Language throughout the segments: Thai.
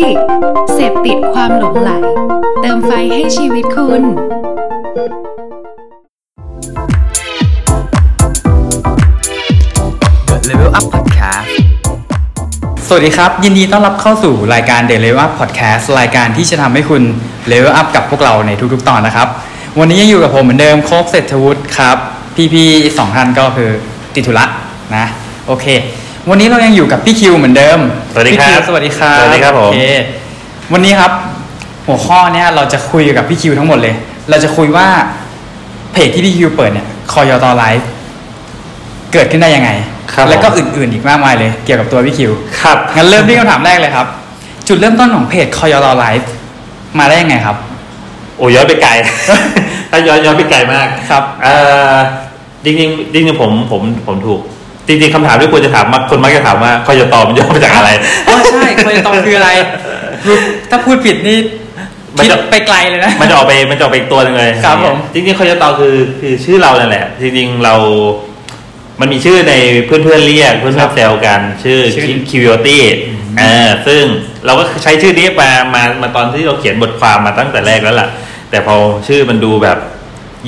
ดิกเสพติดความหลงไหล เติมไฟให้ชีวิตคุณ The Level Up Podcast สวัสดีครับ ยินดีต้อนรับเข้าสู่รายการ The Level Up Podcast รายการที่จะทำให้คุณ Level Up กับพวกเราในทุกๆ ตอนนะครับ วันนี้ยังอยู่กับผมเหมือนเดิมโคกเศรษฐวุฒิครับ พี่ๆสองท่านก็คือติดธุระนะ โอเค วันนี้เรายังอยู่กับพี่คิวเหมือนเดิม สวัสดีครับ พี่วสวัสดีครับ สวัสดีครับผม โอเควันนี้ครับ หัวข้อเนี้ยเราจะคุยกับพี่คิวทั้งหมดเลย เราจะคุยว่าเพจที่พี่คิวเปิดเนี่ยคอยตอไลฟ์ เกิดขึ้นได้ยังไง ครับ แล้วก็ ผม อื่นๆ อีกมากมายเลย เกี่ยวกับตัวพี่คิว ครับ งั้นเริ่มที่คำถามแรกเลยครับ จุดเริ่มต้นของเพจคอยรอไลฟ์มาได้ยังไงครับ โอ้ย้อนไปไกล ถ้าย้อนย้อนไปไกลมาก ครับ เอ่อจริงจริงๆจริงๆผมผมผมถูก จริงๆคำถามที่ควรจะถามมาคนมักจะถามว่าคอยจะตอบมันย่อมาจากอะไร อ๋อใช่คอยตอบคืออะไร ถ้าพูดผิดนี่ มัน คิด จะ ไปไกลเลยนะ มันจะออกไปมันจะออกไปอีกตัวหนึงเลย ครับผม จริงๆคอยจะตอบคือคือชื่อเราเนี่ยแหละ จริงๆเรา มันมีชื่อในเพื่อนเพื่อนๆเรียกเพื่อนเพื่อนแซวกัน ชื่อ ชื่อ คิวิโอตี้เออซึ่งเราก็ใช้ชื่อนี้มามามาตอนที่เราเขียนบทความมาตั้งแต่แรกแล้วล่ะ แต่พอชื่อมันดูแบบ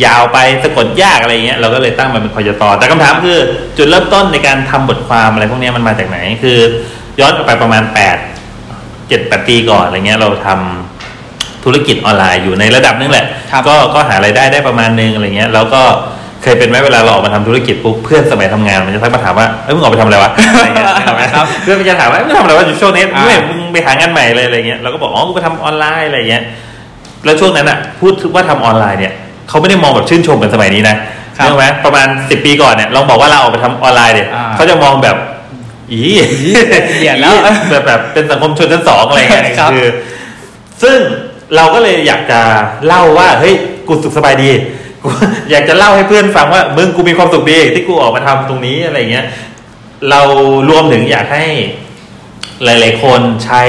ยาวไปสะกดยากอะไรเงี้ยเราก็เลยตั้งมันเป็นคอยตอแต่คำถามคือจุดเริ่มต้นในการทำบทความอะไรพวกเนี้ยมันมาจากไหน คือย้อนกลับไปประมาณแปดเจ็ดแปดปีก่อนอะไรเงี้ยเราทำธุรกิจออนไลน์อยู่ในระดับนึงแหละ ครับ ก็ก็หารายได้ได้ประมาณนึงอะไรเงี้ยแล้วก็เคยเป็นไหมเวลาเราออกมาทำธุรกิจปุ๊บเพื่อนสมัยทำงานมันจะทักมาถามว่าเอ้ยมึงออกไป ทำอะไรวะอะไรเงี้ยนึกออกไหม ครับ เพื่อนมันจะถามว่าเอ้ยมึงทำอะไรวะอยู่ช่วงนี้ อ่า ไม่เห็นมึงไปหางานใหม่เลยอะไรเงี้ยเราก็บอกอ๋อกูไปทำออนไลน์อะไรเงี้ย แล้วช่วงนั้นอ่ะพูดว่าทำออนไลน์เนี่ยเขาไม่ได้มองแบบชื่นชมกันสมัยนี้นะครับ นึกออกไหมประมาณสิบปีก่อนเนี่ยลองบอกว่าเราออกไปทำออนไลน์เนี่ย อ่า เขาจะมองแบบอี เหี้ยแล้ว แบบแบบเป็นสังคมชนชั้นสองอะไรเงี้ย ครับ คือ ซึ่งเราก็เลยอยากจะเล่าว่าเฮ้ยกูสุขสบายดีกู อยากจะเล่าให้เพื่อนฟังว่ามึงกูมีความสุขดีที่กูออกมาทำตรงนี้อะไรเงี้ย เรารวมถึงอยากให้ หลาย ๆ คนใช้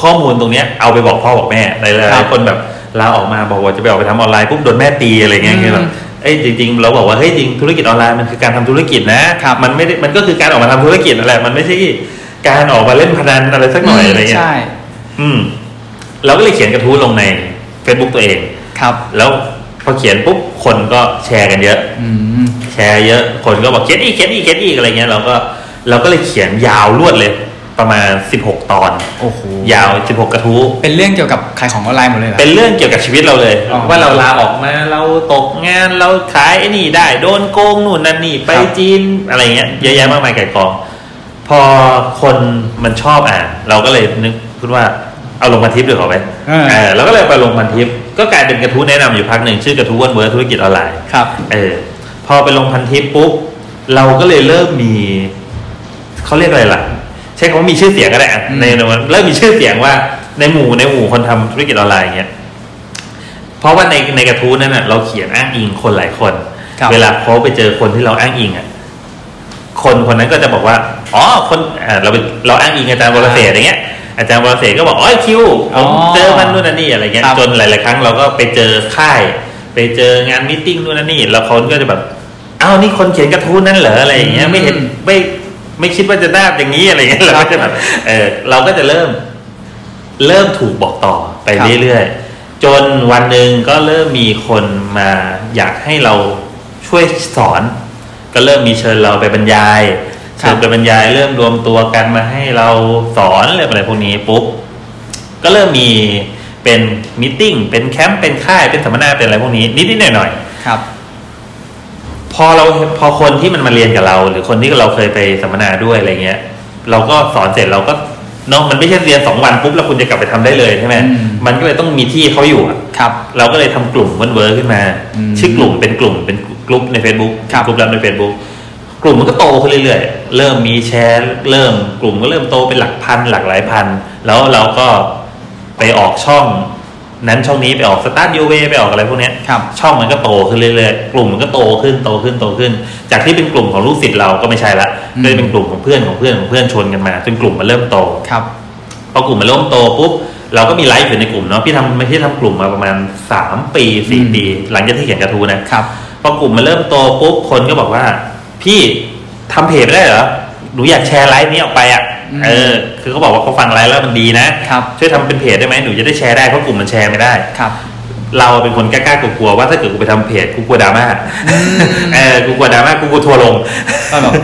ข้อมูลตรงเนี้ยเอาไปบอกพ่อบอกแม่หลาย ครับ ๆคนแบบลาออกมาบอกว่าจะไปออกไปทำออนไลน์ปุ๊บโดนแม่ตีอะไรเงี้ย อืม คือแบบเอ้ยจริง ๆ เราบอกว่าเฮ้ยจริงธุรกิจออนไลน์มันคือการทำธุรกิจนะครับ มันไม่ได้มันก็คือการออกมาทำธุรกิจนั่นแหละมันไม่ใช่การออกมาเล่นพนันอะไรสักหน่อยอะไรเงี้ย ใช่ อืม เราก็เลยเขียนกระทู้ลงใน Facebook ตัวเอง ครับ แล้วพอเขียนปุ๊บคนก็แชร์กันเยอะ อืม แชร์เยอะ คนก็บอกเขียนอีกเขียนอีกเขียนอีกอะไรเงี้ยเราก็เราก็เลยเขียนยาวรวดเลย ประมาณ 16 ตอน โอ้โห ยาว 16 กระทู้ เป็นเรื่องเกี่ยวกับขายของออนไลน์หมดเลยเหรอ เป็นเรื่องเกี่ยวกับชีวิตเราเลย อ๋อ ว่าเราลาออกมาเราตกงานเราขายไอ้นี่ได้ โดนโกงนู่นนั่นนี่ไป ครับ จีนอะไรเงี้ยเยอะแยะมากมายไก่กอง พอคนมันชอบอ่าน เราก็เลยนึกพูดว่าเอาลงพันทิปดีกว่าไหม เออ เออเราก็เลยไปลงพันทิป ก็กลายเป็นกระทู้แนะนำอยู่พักหนึ่งชื่อกระทู้วันเวิร์ธุรกิจออนไลน์ ครับ เออพอไปลงพันทิปปุ๊บ เราก็เลยเริ่มมีเขาเรียกอะไรล่ะ ใช้คำว่ามีชื่อเสียงก็ได้อะ อืม ในในวันเริ่มมีชื่อเสียงว่าในหมู่ในหมู่คนทำธุรกิจออนไลน์เงี้ยเพราะว่าในในกระทู้นั้นน่ะเราเขียนอ้างอิงคนหลายคน ครับ เวลาเขาไปเจอคนที่เราอ้างอิงอ่ะคนคนนั้นก็จะบอกว่าอ๋อคนอ่าเราเป็นเราอ้างอิงอาจารย์วรเสศอย่างเงี้ย อาจารย์วรเสศก็บอกอ๋อไอ้คิว อ๋อ ผมเจอมันนู่นนั่นนี่อะไรเงี้ย ครับ จนหลายๆครั้งเราก็ไปเจอค่าย ไปเจองานมิทติ้งนู่นนั่นนี่แล้วคนก็จะแบบอ้าวนี่คนเขียนกระทู้นั่นเหรออะไรอย่างเงี้ยไม่เห็นไม่ไม่คิดว่าจะได้อย่างนี้อะไรเงี้ยเราก็จะแบบเออเราก็จะเริ่ม เริ่มถูกบอกต่อไป ครับ เรื่อยๆ จนวันหนึ่งก็เริ่มมีคนมาอยากให้เราช่วยสอน ก็เริ่มมีเชิญเราไปบรรยาย ครับ เชิญไปบรรยาย เริ่มรวมตัวกันมาให้เราสอนเรื่องอะไรพวกนี้ปุ๊บก็เริ่มมีเป็นมิทติ้งเป็นแคมป์เป็นค่ายเป็นสัมมนาเป็นอะไรพวกนี้นิดๆหน่อยๆ ครับ พอเราพอคนที่มันมาเรียนกับเรา หรือคนที่เราเคยไปสัมมนาด้วยอะไรเงี้ย เราก็สอนเสร็จเราก็เนาะมันไม่ใช่เรียนสองวันปุ๊บแล้วคุณจะกลับไปทำได้เลยใช่ไหม อืม มันก็เลยต้องมีที่เขาอยู่อะ ครับ เราก็เลยทำกลุ่มเวิร์นเวิร์ขึ้นมา อืม ชื่อกลุ่มเป็นกลุ่มเป็นกลุ่มใน Facebook ครับ กลุ่มลับใน Facebook กลุ่มมันก็โตขึ้นเรื่อยๆ เริ่มมีแชร์เริ่มกลุ่มก็เริ่มโตเป็นหลักพันหลักหลายพัน แล้วเราก็ไปออกช่อง นั้นช่องนี้ไปออกสตาร์ทยูเวไปออกอะไรพวกเนี้ย ครับ ช่องมันก็โตขึ้นเรื่อยๆ กลุ่มมันก็โตขึ้นโตขึ้นโตขึ้น จากที่เป็นกลุ่มของลูกศิษย์เราก็ไม่ใช่ละ อืม ก็เลยเป็นกลุ่มของเพื่อนของเพื่อนของเพื่อนชวนกันมาจนกลุ่มมันเริ่มโต ครับ พอกลุ่มมันเริ่มโตปุ๊บเราก็มีไลฟ์อยู่ในกลุ่มเนาะพี่ทำไม่ใช่ทำกลุ่มมาประมาณสามปีสี่ อืม ปีหลังจากที่เขียนกระทู้นะ ครับ พอกลุ่มมันเริ่มโตปุ๊บคนก็บอกว่า พี่ทำเพจไม่ได้เหรอหนูอยากแชร์ไลฟ์นี้ออกไปอ่ะ อืม เออ คือเขาบอกว่าเขาฟังไลฟ์แล้วมันดีนะครับ ช่วยทำเป็นเพจได้ไหมหนูจะได้แชร์ได้เพราะกลุ่มมันแชร์ไม่ได้ ครับ เราเป็นคนกล้าๆกลัวๆว่าถ้าเกิดกูไปทำเพจกูกลัวดราม่าเออกูกลัวดราม่ากูกลัวทัวร์ลง ก็แบบ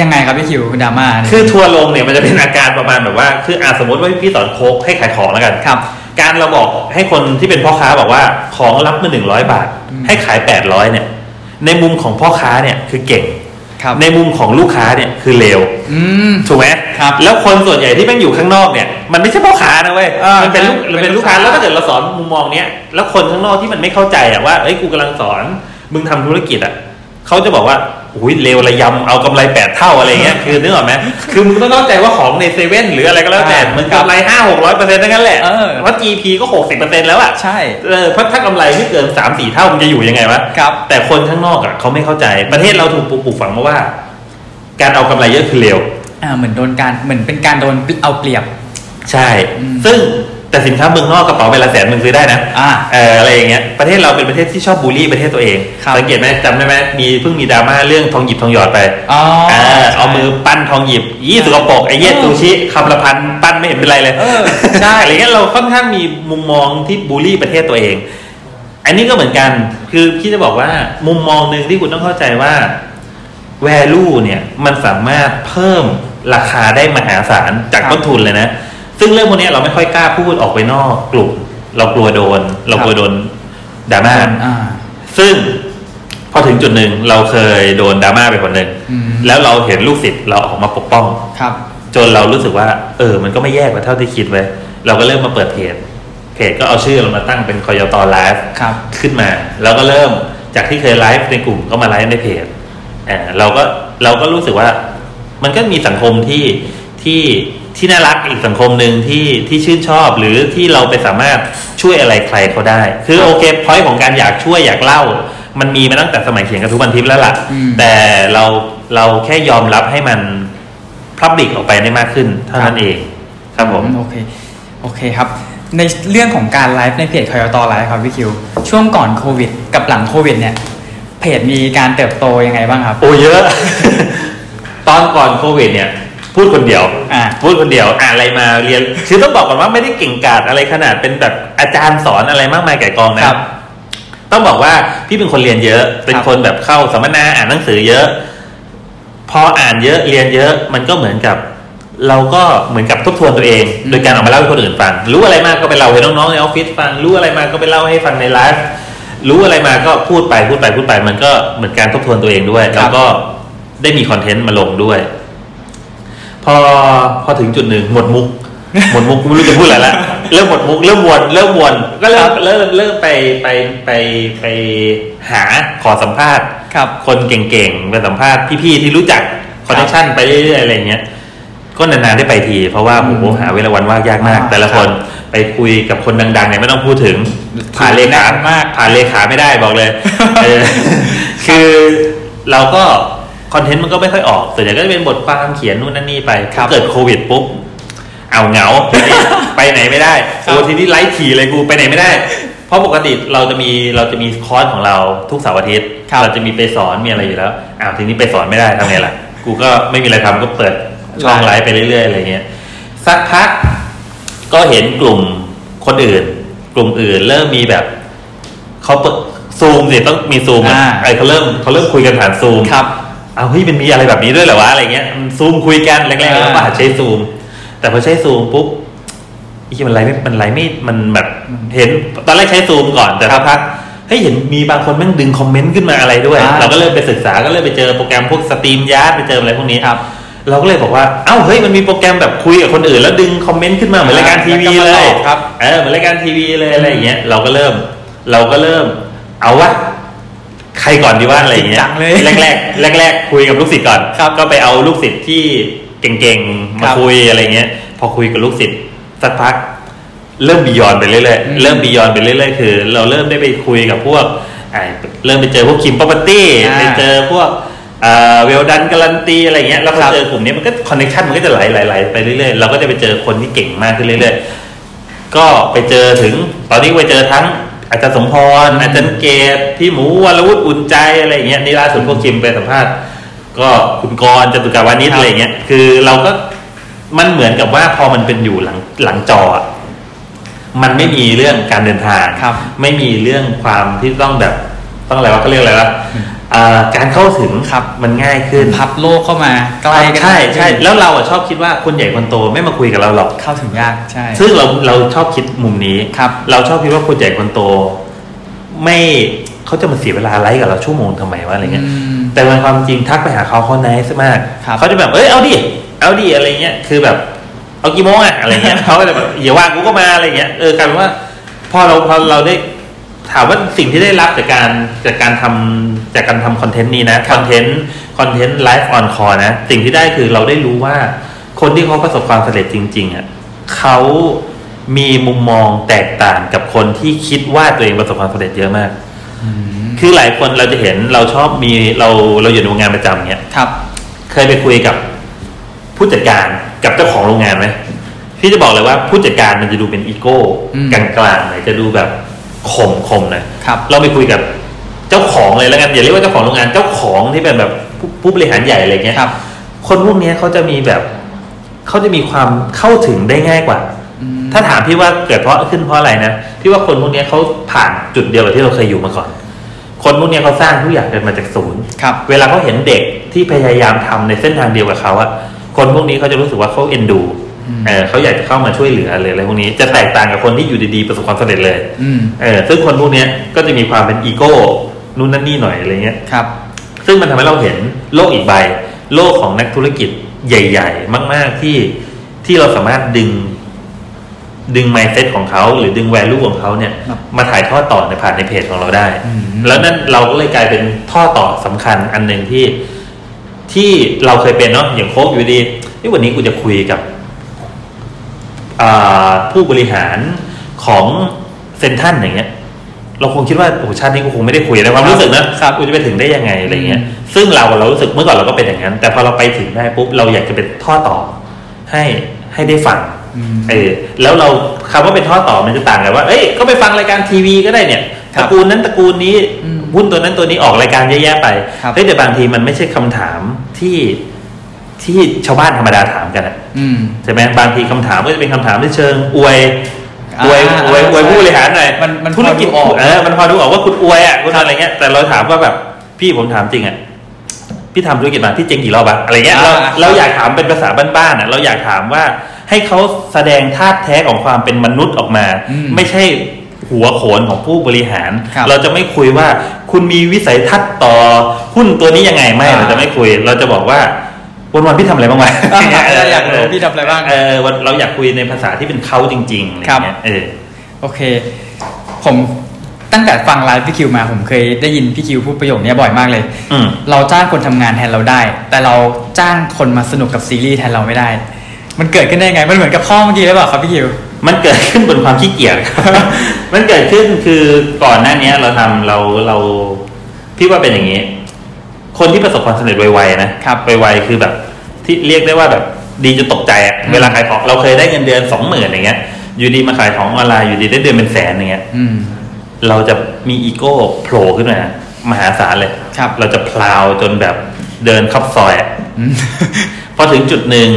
ยังไงครับพี่คิวดราม่าเนี่ย คือทัวร์ลงเนี่ยมันจะเป็นอาการประมาณแบบว่า คืออ่ะสมมติว่าพี่สอนโค้กให้ขายของแล้วกัน ครับ การเราบอกให้คนที่เป็นพ่อค้าบอกว่าของรับมาหนึ่งร้อยบาท อืม ให้ขายแปดร้อยเนี่ย ในมุมของพ่อค้าเนี่ยคือเก่ง ครับ ในมุมของลูกค้าเนี่ยคือเลว อืม ถูกไหม ครับ แล้วคนส่วนใหญ่ที่แม่งอยู่ข้างนอกเนี่ย มันไม่ใช่พ่อค้านะเว้ย เออ มันเป็นลูก ใช่ มันเป็นลูก เป็ ค้าน ลูกค้า แล้วถ้าเกิดเราสอนมุมมองเนี้ยแล้วคนข้างนอกที่มันไม่เข้าใจอะว่าเอ้ยกูกำลังสอนมึงทำธุรกิจอะเขาจะบอกว่าอุ้ยเลวระยำเอากำไรแปดเท่าอะไรเงี้ ยคือนึกออกไหมคือมึงต้องเข้าใจว่าของในเซเว่นหรืออะไรก็แล้วแต่ อ่ามั มันกำไรห้าหกร้อยเปอร์เซ็นต์ทั้งนั้นแหละ เออ เพราะ GP ก็หกสิบเปอร์เซ็นต์แล้วอะ ใช่ เออเพราะถ้ากำไรไม่เกินสามสี่เท่ามันจะอยู่ยังไงวะ ครับ แต่คนข้างนอกอะเขาไม่เข้าใจ ประเทศเราถูกปลูกฝังมาว่า การเอากำไรเยอะคือเลว อ่าเหมือนโดนการเหมือนเป็นการโดนเอาเปรียบ ใช่ อืม ซึ่งแต่สินค้าเมืองนอกกระเป๋าใบละแสนมึงซื้อได้นะ อ่า เอออะไรอย่างเงี้ยประเทศเราเป็นประเทศที่ชอบบูลลี่ประเทศตัวเอง ครับ สังเกตไหมจำได้ไหมมีเพิ่งมีดราม่าเรื่องทองหยิบทองหยอดไป อ๋อ เออเอามือปั้นทองหยิบยี่สกปรกไอ้เหี้ย็ด เออ ซูชิคำละพันปั้นไม่เห็นเป็นไรเลย เออใช่ อะไรเงี้ยเราค่อนข้างมีมุมมองที่บูลลี่ประเทศตัวเอง อันนี้ก็เหมือนกัน คือพี่จะบอกว่ามุมมองหนึ่งที่คุณต้องเข้าใจว่า value เนี่ยมันสามารถเพิ่มราคาได้มหาศาลจาก ครับ ต้นทุนเลยนะ ซึ่งเรื่องพวกเนี้ยเราไม่ค่อยกล้าพูดออกไปนอกกลุ่ม เรากลัวโดน เรากลัควรับ โดนดราม่า อ่า ซึ่งพอถึงจุดหนึ่งเราเคยโดนดราม่าไปคนหนึ่ง อืม แล้วเราเห็นลูกศิษย์เราออกมาปกป้อง ครับ จนเรารู้สึกว่า เออ มันก็ไม่แย่กว่าเท่าที่คิดไว้ยเราก็เริ่มมาเปิดเพจ เพจก็เอาชื่อเรามาตั้งเป็นคอยตอไลฟ์ ครับ ขึ้นมาเราก็เริ่มจากที่เคยไลฟ์ในกลุ่มก็มาไลฟ์ในเพจเอ่อเราก็เราก็รู้สึกว่า มันก็มีสังคมที่ที่ที่น่ารักอีกสังคมหนึ่งที่ที่ชื่นชอบหรือที่เราไปสามารถช่วยอะไรใครเขาได้ คือโอเคพอยต์ของการอยากช่วยอยากเล่า มันมีมาตั้งแต่สมัยเขียนกระทู้บันทิปแล้วล่ะ อืม แต่เราเราแค่ยอมรับให้มันพับบิกออกไปได้มากขึ้นเท่านั้นเองครับผม โอเค โอเคครับ ในเรื่องของการไลฟ์ในเพจคอยตอไลฟ์ครับพี่คิว ช่วงก่อนโควิด กับหลังโควิด เนี่ย เพจมีการเติบโตยังไงบ้างครับ โอ้เยอะ ตอนก่อนโควิดเนี่ย พูดคนเดียว อ่า พูดคนเดียวอ่านอะไรมาเรียนคือต้องบอกก่อนว่าไม่ได้เก่งกาจอะไรขนาดเป็นแบบอาจารย์สอนอะไรมากมายไก่ายกองนะ ต้องบอกว่าพี่เป็นคนเรียนเยอะ เป็นคนแบบเข้าสัมมนาอ่านหนังสือเยอะ พออ่านเยอะเรียนเยอะ มันก็เหมือนกับ เราก็เหมือนกับทบทวนตัวเอง อืม โดยการออกมาเล่าให้คนอื่นฟัง รู้อะไรมากก็ไปเล่าให้น้องๆในออฟฟิศฟัง รู้อะไรมาก็ไปเล่าให้ฟังในไลฟ์รู้อะไรมาก็พูดไปพูดไปพูดไป มันก็เหมือนการทบทวนตัวเองด้วย ครับ แล้วก็ได้มีคอนเทนต์มาลงด้วย พอพอถึงจุดหนึ่งหมดมุก หมดมุกกูไม่รู้จะพูดอะไรละเริ่มหมดมุกเริ่มวนเริ่มวนก็เริ่มเริ่มเริ่มไปไปไปไปหาขอสัมภาษณ์ ครับ คนเก่งๆไปสัมภาษณ์พี่ๆที่รู้จักคอนเนคชั่นไปเรื่อยๆอะไรเงี้ยก็นานๆได้ไปที เพราะว่า อื โอ้ ม โหหาเวลาวันว่างยากมาก อ่า แต่ละคนไปคุยกับคนดังๆเนี่ยไม่ต้องพูดถึงผ่านเลขา แน่นมาก ผ่านเลขาไม่ได้บอกเลยเออคือเราก็คอนเทนต์มันก็ไม่ค่อยออกส่วนใหญ่ก็จะเป็นบทความเขียนนู่นนั่นนี่ไป ครับ เกิดโควิดปุ๊บ เอาเห งา ไปไหนไม่ได้ ครับ โอ้ทีนี้ไลฟ์ขี่เลยกูไปไหนไม่ได้ เพราะปกติเราจะมีเราจะมีคอร์สของเราทุกเสาร์อาทิตย์ ครับ เราจะมีไปสอนมีอะไรอยู่แล้วอ้าวทีนี้ไปสอนไม่ได้ทำไงล่ะ กูก็ไม่มีอะไรทำก็เปิดช่องไลฟ์ไปเรื่อยๆอะไรเงี้ยสักพักก็เห็นกลุ่มคนอื่น กลุ่มอื่นเริ่มมีแบบเขาเปิดซูมสิต้องมีซูม อ่า ไอเขาเริ่มเขาเริ่มคุยกันผ่านซูม ครับ เอาเฮ้ยมันมีอะไรแบบนี้ด้วยเหรอวะอะไรเงี้ยซูมคุยกันแรกๆแล้วก็ อ่า หาใช้ซูม แต่พอใช้ซูมปุ๊บอีกมันไรไม่มันไรไม่มันแบบเห็นตอนแรกใช้ซูมก่อนแต่สักพักเฮ้ยเห็นมีบางคนแม่งดึงคอมเมนต์ขึ้นมาอะไรด้วย อ่า เราก็เริ่มไปศึกษาก็เริ่มไปเจอโปรแกรมพวกสตรีมยาร์ดไปเจออะไรพวกนี้ ครับ เราก็เลยบอกว่าเอ้าเฮ้ยมันมีโปรแกรมแบบคุยกับคนอื่นแล้วดึงคอมเมนต์ขึ้นมาเหมือนรายการทีวีเล แล้วก็มายตอบครับ เออเหมือนรายการทีวีเลยอะไรอย่างเงี้ยเราก็เริ่ม เราก็เริ่ม เอาวะ ใครก่อนดีว่าอะไรอย่างเงี้ จริงจังเลยยแรกแรกแรกๆแรกๆคุยกับลูกศิษย์ก่อน ครับ ก็ไปเอาลูกศิษย์ที่เก่งๆ ครั มา บ คุยอะไรเงี้ย พอคุยกับลูกศิษย์สักพัก เริ่มบียอนไปเรื่อย อืม ๆเริ่มบียอนไปเรื่อยๆคือ เราเริ่มได้ไปคุยกับพวกอ่าเริ่มไปเจอพวกคิมป p ปตี้ อ่า ไปเจอพวกเวลดันการันตีอะไรเงี้ยแล้วพอ ครับ เจอกลุ่มนี้มันก็คอนเนคชันมันก็จะไหลไหลไหลไปเรื่อยๆเราก็จะไปเจอคนที่เก่งมากขึ้นเรื่อยๆ ก็ไปเจอถึงตอนนี้ไปเจอทั้งอาจารย์สมพรอาจารย์เกตพี่หมูวรวุฒิอุ่นใจอะไรอย่างเงี้ยนี่ล่าสุดพวกคิมไปสัมภาษณ์ ก็คุณกรณ์จตุการวานิชอะไรอย่างเงี้ยคือเราก็ มันเหมือนกับว่าพอมันเป็นอยู่หลังหลังจออะมันไม่มีเรื่องการเดินทาง ครับ ไม่มีเรื่องความที่ต้องแบบต้องอะไรวะเขาเรียกอะไรวะอ่าการเข้าถึง ครับ มันง่ายขึ้น พับโลกเข้ามาใกล้กัน ใช่ใช่แล้วเราอะชอบคิดว่าคนใหญ่คนโตไม่มาคุยกับเราหรอก เข้าถึงยากใช่ ซึ่งเราเราชอบคิดมุมนี้ ครับ เราชอบคิดว่าคนใหญ่คนโต ไม่เขาจะมาเสียเวลาไลฟ์กับเราชั่วโมงทำไมวะอะไรเงี้ย อืม แต่ในความจริงทักไปหาเขาเขาไนซ์มาก ครับ เขาจะแบบเอ้ยเอาดิเอาดิอะไรเงี้ยคือแบบ เอากี่โมงอะอะไรเงี้ย เขาก็จะแบบอย่าว่างกูก็มาอะไรเงี้ยเออกลายเป็นว่า พอเราพอเราได้ถามว่าสิ่งที่ได้รับจากการจากการทำจากการทำคอนเทนต์นี้นะคอนเทนต์คอนเทนต์ไลฟ์ออนคอร์นะ สิ่งที่ได้คือเราได้รู้ว่า คนที่เขาประสบความสำเร็จจริง ๆอ่ะเขามีมุมมองแตกต่างกับคนที่คิดว่าตัวเองประสบความสำเร็จเยอะมาก คือหลายคนเราจะเห็นเราชอบมีเราเราอยู่ในวงงานประจำเนี้ย ครับ เคยไปคุยกับผู้จัดการกับเจ้าของโรงงานไหมพี่จะบอกเลยว่าผู้จัดการมันจะดูเป็นอีโก้ อืม กลางๆหน่อยจะดูแบบข่มข่มๆหน่อย ครับ เราไปคุยกับเจ้าของเลยแล้วกันอย่าเรียกว่าเจ้าของโรงงานเจ้าของที่เป็นแบบผู้ผู้บริหารใหญ่อะไรเงี้ย ครับ คนพวกเนี้ยเขาจะมีแบบเขาจะมีความเข้าถึงได้ง่ายกว่า อืม ถ้าถามพี่ว่าเกิดเพราะขึ้นเพราะอะไรนะพี่ว่าคนพวกเนี้ยเขาผ่านจุดเดียวกับที่เราเคยอยู่มาก่อน คนพวกเนี้ยเขาสร้างทุกอย่างกันมาจากศูนย์ ครับ เวลาเขาเห็นเด็กที่พยายามทำในเส้นทางเดียวกับเขาอะคนพวกนี้เขาจะรู้สึกว่าเขาเอ็นดู อืม เออเขาอยากจะเข้ามาช่วยเหลือเลยอะไรพวกนี้จะแตกต่างกับคนที่อยู่ดีๆประสบความสำเร็จเลย อืม เออซึ่งคนพวกเนี้ยก็จะมีความเป็นอีโก้นู่นนั่นนี่หน่อยอะไรเงี้ย ครับ ซึ่งมันทำให้เราเห็นโลกอีกใบ โลกของนักธุรกิจใหญ่ ๆ มาก ๆที่ที่เราสามารถดึง ดึง mindset ของเขาหรือดึง value ของเขาเนี่ย ครับ มาถ่ายทอดต่อในผ่านในเพจของเราได้ อืม แล้วนั่นเราก็เลยกลายเป็นท่อต่อสำคัญอันหนึ่งที่ที่เราเคยเป็นเนาะอย่างโค้กอยู่ดีที่วันนี้กูจะคุยกับ อ่าผู้บริหารของเซนทรันอย่างเงี้ย เราคงคิดว่าโอ้ชาตินี้กูคงไม่ได้คุยนะความรู้สึกนะครับ กูจะไปถึงได้ยังไงอะไรเงี้ย อื ซึ่งเราเรารู้สึกเมื่อก่อนเราก็เป็นอย่างนั้น แต่พอเราไปถึงได้ปุ๊บเราอยากจะเป็นท่อต่อ ให้ให้ได้ฟัง อืม เออแล้วเราคำว่าเป็นท่อต่อมันจะต่างกันว่า เอ้ยก็ไปฟังรายการทีวีก็ได้เนี่ย ครับตระกูลนั้นตระกูลนี้ อืม หุ้นตัวนั้นตัวนี้ออกรายการเยอะแยะไป ครับ เฮ้ยแต่บางทีมันไม่ใช่คำถามที่ที่ชาวบ้านธรรมดาถามกันอะ อืม ใช่ไหมบางทีคำถามก็จะเป็นคำถามที่เชิงอวยอวย อ่า อวยอวย ใช่ ผู้บริหารหน่อย มันมัน ธุรกิจ พอดูออก เออมันพอดูออกว่าคุณอวยอ่ะคุณอะไรเงี้ยแต่เราถามว่าแบบพี่ผมถามจริงอ่ะพี่ทำธุรกิจมาพี่เจ๊งกี่รอบอะอะไรเงี้ยเราเราอยากถามเป็นภาษาบ้านๆอ่ะเราอยากถามว่าให้เขาแสดงท่าตุแท้ของความเป็นมนุษย์ออกมา อืม ไม่ใช่หัวโขนของผู้บริหาร ครับ เราจะไม่คุยว่าคุณมีวิสัยทัศน์ต่อหุ้นตัวนี้ยังไงไม่ อ่า เราจะไม่คุย เราจะบอกว่าวันๆพี่ทำอะไรบ้างวะ เราอยากรู้พี่ทำอะไรบ้าง เออวันเราอยากคุยในภาษาที่เป็นเขาจริงๆอะไร ครับ เงี้ยเออ โอเค ผมตั้งแต่ฟังไลฟ์พี่คิวมาผมเคยได้ยินพี่คิวพูดประโยคเนี้ยบ่อยมากเลย อืม เราจ้างคนทำงานแทนเราได้ แต่เราจ้างคนมาสนุกกับซีรีส์แทนเราไม่ได้ มันเกิดขึ้นได้ยังไง มันเหมือนกับข้อเมื่อกี้หรือเปล่าครับพี่คิว มันเกิดขึ้นบนความขี้เกียจ ครับ มันเกิดขึ้นคือก่อนหน้าเนี้ย เราทำเราเราพี่ว่าเป็นอย่างนี้ คนที่ประสบความสำเร็จไวๆนะครับ ไวๆคือแบบ ที่เรียกได้ว่าแบบดีจนตกใจอะ อืม เวลาขายของเราเคยได้เงินเดือนสองหมื่นอย่างเงี้ย อยู่ดีมาขายของออนไลน์อยู่ดีได้เดือนเป็นแสนอย่างเงี้ย อืม เราจะมีอีโก้โผล่ขึ้นมามหาศาลเลย ครับ เราจะพลาวจนแบบเดินขับซอยอะ อืม พอถึงจุดหนึ่ง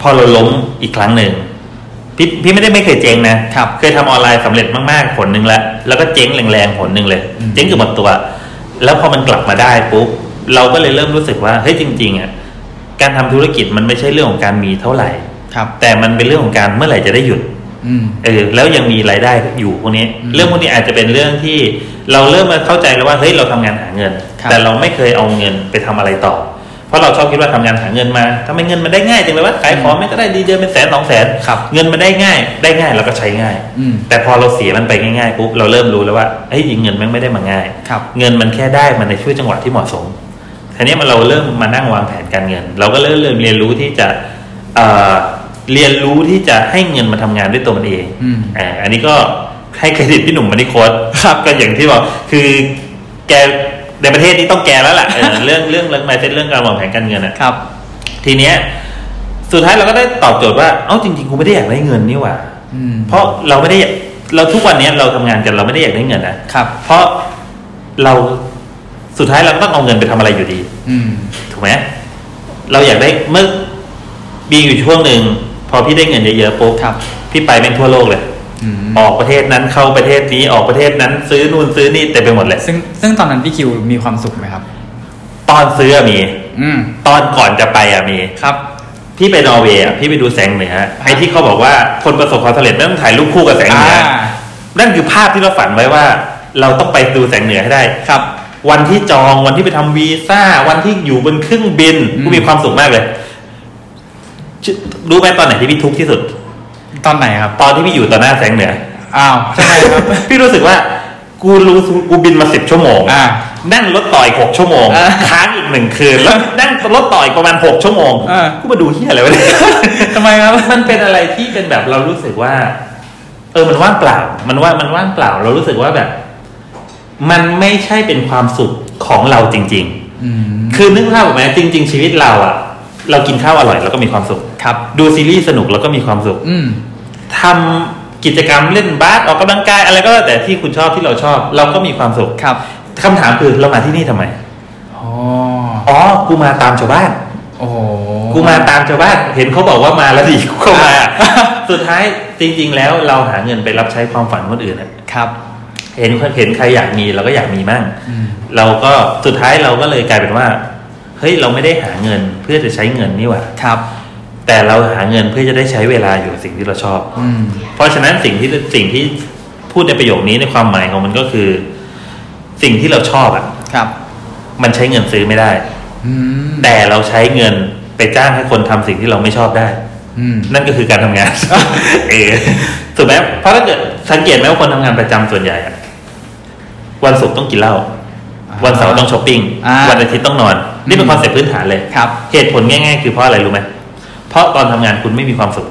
พอเราล้มอีกครั้งหนึ่งพี่พี่ไม่ได้ไม่เคยเจ๊งนะครับ เคยทำออนไลน์สำเร็จมากๆผลหนึ่งแล้วแล้วก็เจ๊งแรงๆผลหนึ่งเลย อืม เจ๊งเกือบหมดตัว แล้วพอมันกลับมาได้ปุ๊บเราก็เลยเริ่มรู้สึกว่าเฮ้ยจริง ๆอ่ะการทำธุรกิจมันไม่ใช่เรื่องของการมีเท่าไหร่ ครับ แต่มันเป็นเรื่องของการเมื่อไหร่จะได้หยุด อืม เออแล้วยังมีรายได้อยู่พวกนี้ อืม เรื่องพวกนี้อาจจะเป็นเรื่องที่เราเริ่มมาเข้าใจแล้วว่าเฮ้ยเราทำงานหาเงิน ครับ แต่เราไม่เคยเอาเงินไปทำอะไรต่อ เพราะเราชอบคิดว่าทำงานหาเงินมาทำไมเงินมันได้ง่ายจังเลยวะขายของไม่ก็ได้ดีเดือนเป็นแสนสองแสน ครับ เงินมันได้ง่าย ได้ง่ายเราก็ใช้ง่าย อืม แต่พอเราเสียมันไปง่ายๆปุ๊บเราเริ่มรู้แล้วว่าเฮ้ยจริงเงินแมันไม่ได้มาง่าย ครับ เงินมันแค่ได้มันในช่วงจังหวะที่เหมาะสมทีนี้มันเราเริ่มมานั่งวางแผนการเงิน เราก็เริ่มเริ่มเรียนรู้ที่จะเอ่อเรียนรู้ที่จะให้เงินมาทำงานด้วยตัวมันเอง อืม อ่าอันนี้ก็ให้เครดิตพี่หนุ่มมานิโคสครับก็อย่างที่บอกคือแกในประเทศนี้ต้องแกแล้วล่ะเออ เรื่องเรื่องเรื่อง mindset เรื่องการวางแผนการเงินอะ ครับ ทีเนี้ยสุดท้ายเราก็ได้ตอบโจทย์ว่าเอ้าจริงๆกูไม่ได้อยากได้เงินนี่หว่า อืม เพราะเราไม่ได้อยากเราทุกวันเนี้ยเราทำงานกันเราไม่ได้อยากได้เงินนะ ครับ เพราะเราสุดท้ายเราก็ต้องเอาเงินไปทำอะไรอยู่ดี อืม ถูกไหมเราอยากได้เมื่อ มีอยู่ช่วงหนึ่งพอพี่ได้เงินเยอะๆปุ๊บ ครับ พี่ไปแม่งทั่วโลกเลย อืม ออกประเทศนั้นเข้าประเทศนี้ออกประเทศนั้น ซื้อนู่นซื้อนี่เต็มไปหมดเลย ซึ่งซึ่งตอนนั้นพี่คิวมีความสุขไหมครับ ตอนซื้ออะมี อืม ตอนก่อนจะไปอะมี ครับ พี่ไปนอร์เวย์อะพี่ไปดูแสงเหนือไอ้ที่เขาบอกว่าคนประสบความสำเร็จไม่ต้องถ่ายรูปคู่กับแสงเห อ่า นือนั่นคือภาพที่เราฝันไว้ว่า เราต้องไปดูแสงเหนือให้ได้ ครับ วันที่จองวันที่ไปทำวีซ่า วันที่อยู่บนเครื่องบิน อืม กูมีความสุขมากเลยชิรู้ไหมตอนไหนที่พี่ทุกข์ที่สุด ตอนไหนครับ ตอนที่พี่อยู่ต่อหน้าแสงเหนือ อ้าวทำไม ครับ พี่รู้สึกว่า กูรู้สึกกูบินมาสิบชั่วโมง อ่า นั่งรถต่ออีกหกชั่วโมง อ่า ค้างอีกหนึ่งคืน แล้วนั่งรถต่ออีกประมาณหกชั่วโมง อ่า กูมาดูเฮียอะไรวะเนี่ย ทำไมครับ มันเป็นอะไรที่เป็นแบบเรารู้สึกว่า เออมันว่างเปล่า มันว่ามันว่างเปล่า เรารู้สึกว่าแบบ มันไม่ใช่เป็นความสุขของเราจริง อืม ๆ คือนึกภาพออกไหมจริง ๆ ชีวิตเราอะเรากินข้าวอร่อยแล้วก็มีความสุข ครับ ดูซีรีส์สนุกแล้วก็มีความสุข อืม ทำกิจกรรมเล่นบาสออกกำลังกายอะไรก็แล้วแต่ที่คุณชอบที่เราชอบ เราก็มีความสุข ครับ คำถามคือเรามาที่นี่ทำไม อ๋อ อ๋อกูมาตามชาวบ้าน โอ้โห กูมาตามชาวบ้านเห็นเขาบอกว่ามาแล้วดิ กูก็ มา สุดท้ายจริง ๆ แล้วเราหาเงินไปรับใช้ความฝันคนอื่นอะ ครับ เห็นเห็นใครอยากมีเราก็อยากมีมั่ง อืม เราก็สุดท้ายเราก็เลยกลายเป็นว่าเฮ้ยเราไม่ได้หาเงินเพื่อจะใช้เงินนี่หว่า ครับ แต่เราหาเงินเพื่อจะได้ใช้เวลาอยู่กับสิ่งที่เราชอบ อืม เพราะฉะนั้นสิ่งที่สิ่งที่พูดในประโยคนี้ในความหมายของมันก็คือ สิ่งที่เราชอบอ่ะ ครับ มันใช้เงินซื้อไม่ได้ อืม แต่เราใช้เงินไปจ้างให้คนทำสิ่งที่เราไม่ชอบได้ อืม นั่นก็คือการทำงาน เออถูกไหมเพราะถ้าเกิดสังเกตไหมว่าคนทำงานประจำส่วนใหญ่อะวันศุกร์ต้องกินเหล้าวันเสาร์ต้องช้อปปิ้ง อ่า วันอาทิตย์ต้องนอน นี่เป็ อื น ม คอนเซ็ปต์พื้นฐานเลย ครับ เหตุผลง่ายๆ คือเพราะอะไรรู้ไหมเพราะตอนทำงานคุณไม่มีความสุข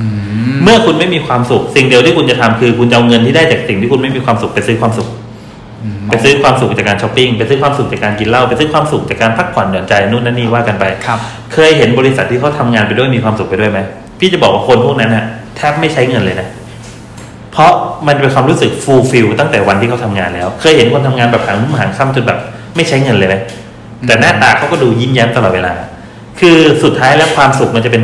อืม เมื่อคุณไม่มีความสุข สิ่งเดียวที่คุณจะทำคือคุณจะเอาเงินที่ได้จากสิ่งที่คุณไม่มีความสุขไปซื้อความสุข ไปซื้อความสุขจากการช้อปปิ้งไปซื้อความสุขจากการกินเหล้าไปซื้อความสุขจากการพักผ่อนหย่อนใจนู่นนั่นนี่ว่ากันไป ครับ เคยเห็นบริษัทที่เขาทำงานไปด้วยมีความสุขไปด้วยไหมพี่จะบอกว่าคนพวกนั้นน่ะแทบไม่ใช้เงินเลยนะ เพราะมันเป็นความรู้สึกฟูลฟิลตั้งแต่วันที่เขาทำงานแล้ว เคยเห็นคนทำงานแบบหางมุ่มหางค่ำจนแบบ ไม่ใช้เงินเลยไหมแต่หน้าตาเขาก็ดูยิ้มแย้มตลอดเวลา คือสุดท้ายแล้วความสุขมันจะเป็น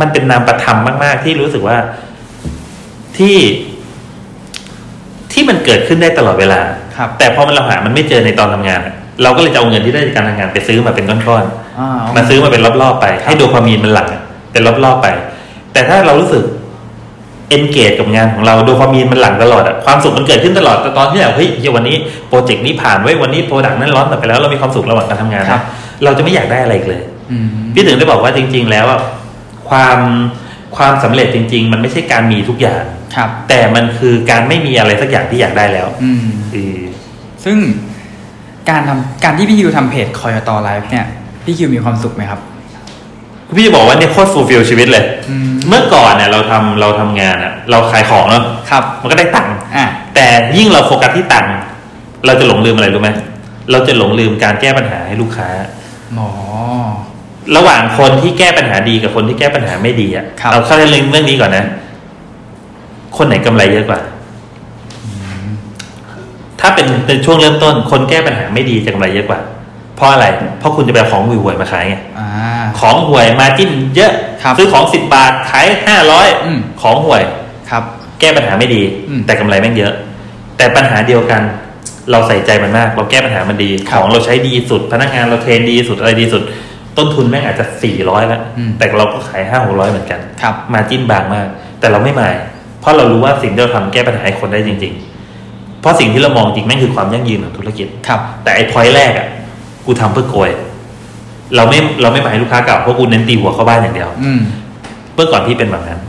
มันเป็นนามประธรรมมาก ๆ ที่รู้สึกว่าที่ ที่มันเกิดขึ้นได้ตลอดเวลา ครับ แต่พอมันเราหามันไม่เจอในตอนทำงานอะเราก็เลยจะเอาเงินที่ได้จากการทำงานไปซื้อมาเป็นก้อนๆ อ้าว มาซื้อมาเป็นรอบๆไป ให้โดพามีนมันหลั่งเป็นรอบๆไป แต่ถ้าเรารู้สึกเอนเกจกับงานของเราโดพามีนมันหลั่งตลอดอะความสุขมันเกิดขึ้นตลอดแต่ตอนที่แบบเฮ้ยเดี๋ยววันนี้โปรเจกต์นี้ผ่านไว้ยวันนี้โปรดักต์นั้นร้อนต่อไปแล้วเรามีความสุขระหว่างการทำงานนะเราจะไม่อยากได้อะไรอีกเลย อืม พี่ถึงได้บอกว่าจริง ๆ แล้วอะความความสำเร็จจริง ๆ มันไม่ใช่การมีทุกอย่าง ครับ แต่มันคือการไม่มีอะไรสักอย่างที่อยากได้แล้ว อืม อือ ซึ่งการทำการที่พี่คิวทำเพจคอยตอไลฟ์เนี่ย พี่คิวมีความสุขไหมครับ พี่จะบอกว่าเนี่ยโคตรฟูลฟิลชีวิตเลย อืม เมื่อก่อนเนี่ยเราทำเราทำงานอะเราขายของเนาะ ครับ มันก็ได้ตังค์ อ่ะ แต่ยิ่งเราโฟกัสที่ตังค์ เราจะหลงลืมอะไรรู้ไหม เราจะหลงลืมการแก้ปัญหาให้ลูกค้า หมอ ระหว่างคนที่แก้ปัญหาดีกับคนที่แก้ปัญหาไม่ดีอะ ครับ เอาเข้าเรื่องเรื่องนี้ก่อนนะ คนไหนกำไรเยอะกว่า ถ้าเป็นเป็นช่วงเริ่มต้น คนแก้ปัญหาไม่ดีจะกำไรเยอะกว่า เพราะอะไร เพราะคุณจะไปเอาของห่วยๆมาขายไง อ่า ของห่วยมาจิ้นเยอะ ครับ ซื้อของสิบบาทขายห้าร้อย อืม ของห่วย ครับ แก้ปัญหาไม่ดี อืม แต่กำไรแม่งเยอะ แต่ปัญหาเดียวกัน เราใส่ใจมันมาก เราแก้ปัญหามันดี ค ข รับ องเราใช้ดีสุด พนักงานเราเทรนดีสุดอะไรดีสุด ต้นทุนแม่งอาจจะสี่ร้อยละ อืม แต่เราก็ขายห้าหกร้อยเหมือนกัน ครับ มาจิ้นบางมาก แต่เราไม่มายเพราะเรารู้ว่าสิ่งที่เราทำแก้ปัญหาให้คนได้จริง ๆ เพราะสิ่งที่เรามองจริงแม่งคือความยั่งยืนของธุรกิจ ครับ แต่ไอ้พอยต์แรกอะ่ะ กูทำเพื่อโกยเราไม่เราไม่หมายลูกค้าเก่าเพราะกูเน้นตีหัวเข้าบ้านอย่างเดียว อืม เมื่อก่อนพี่เป็นแบบนั้น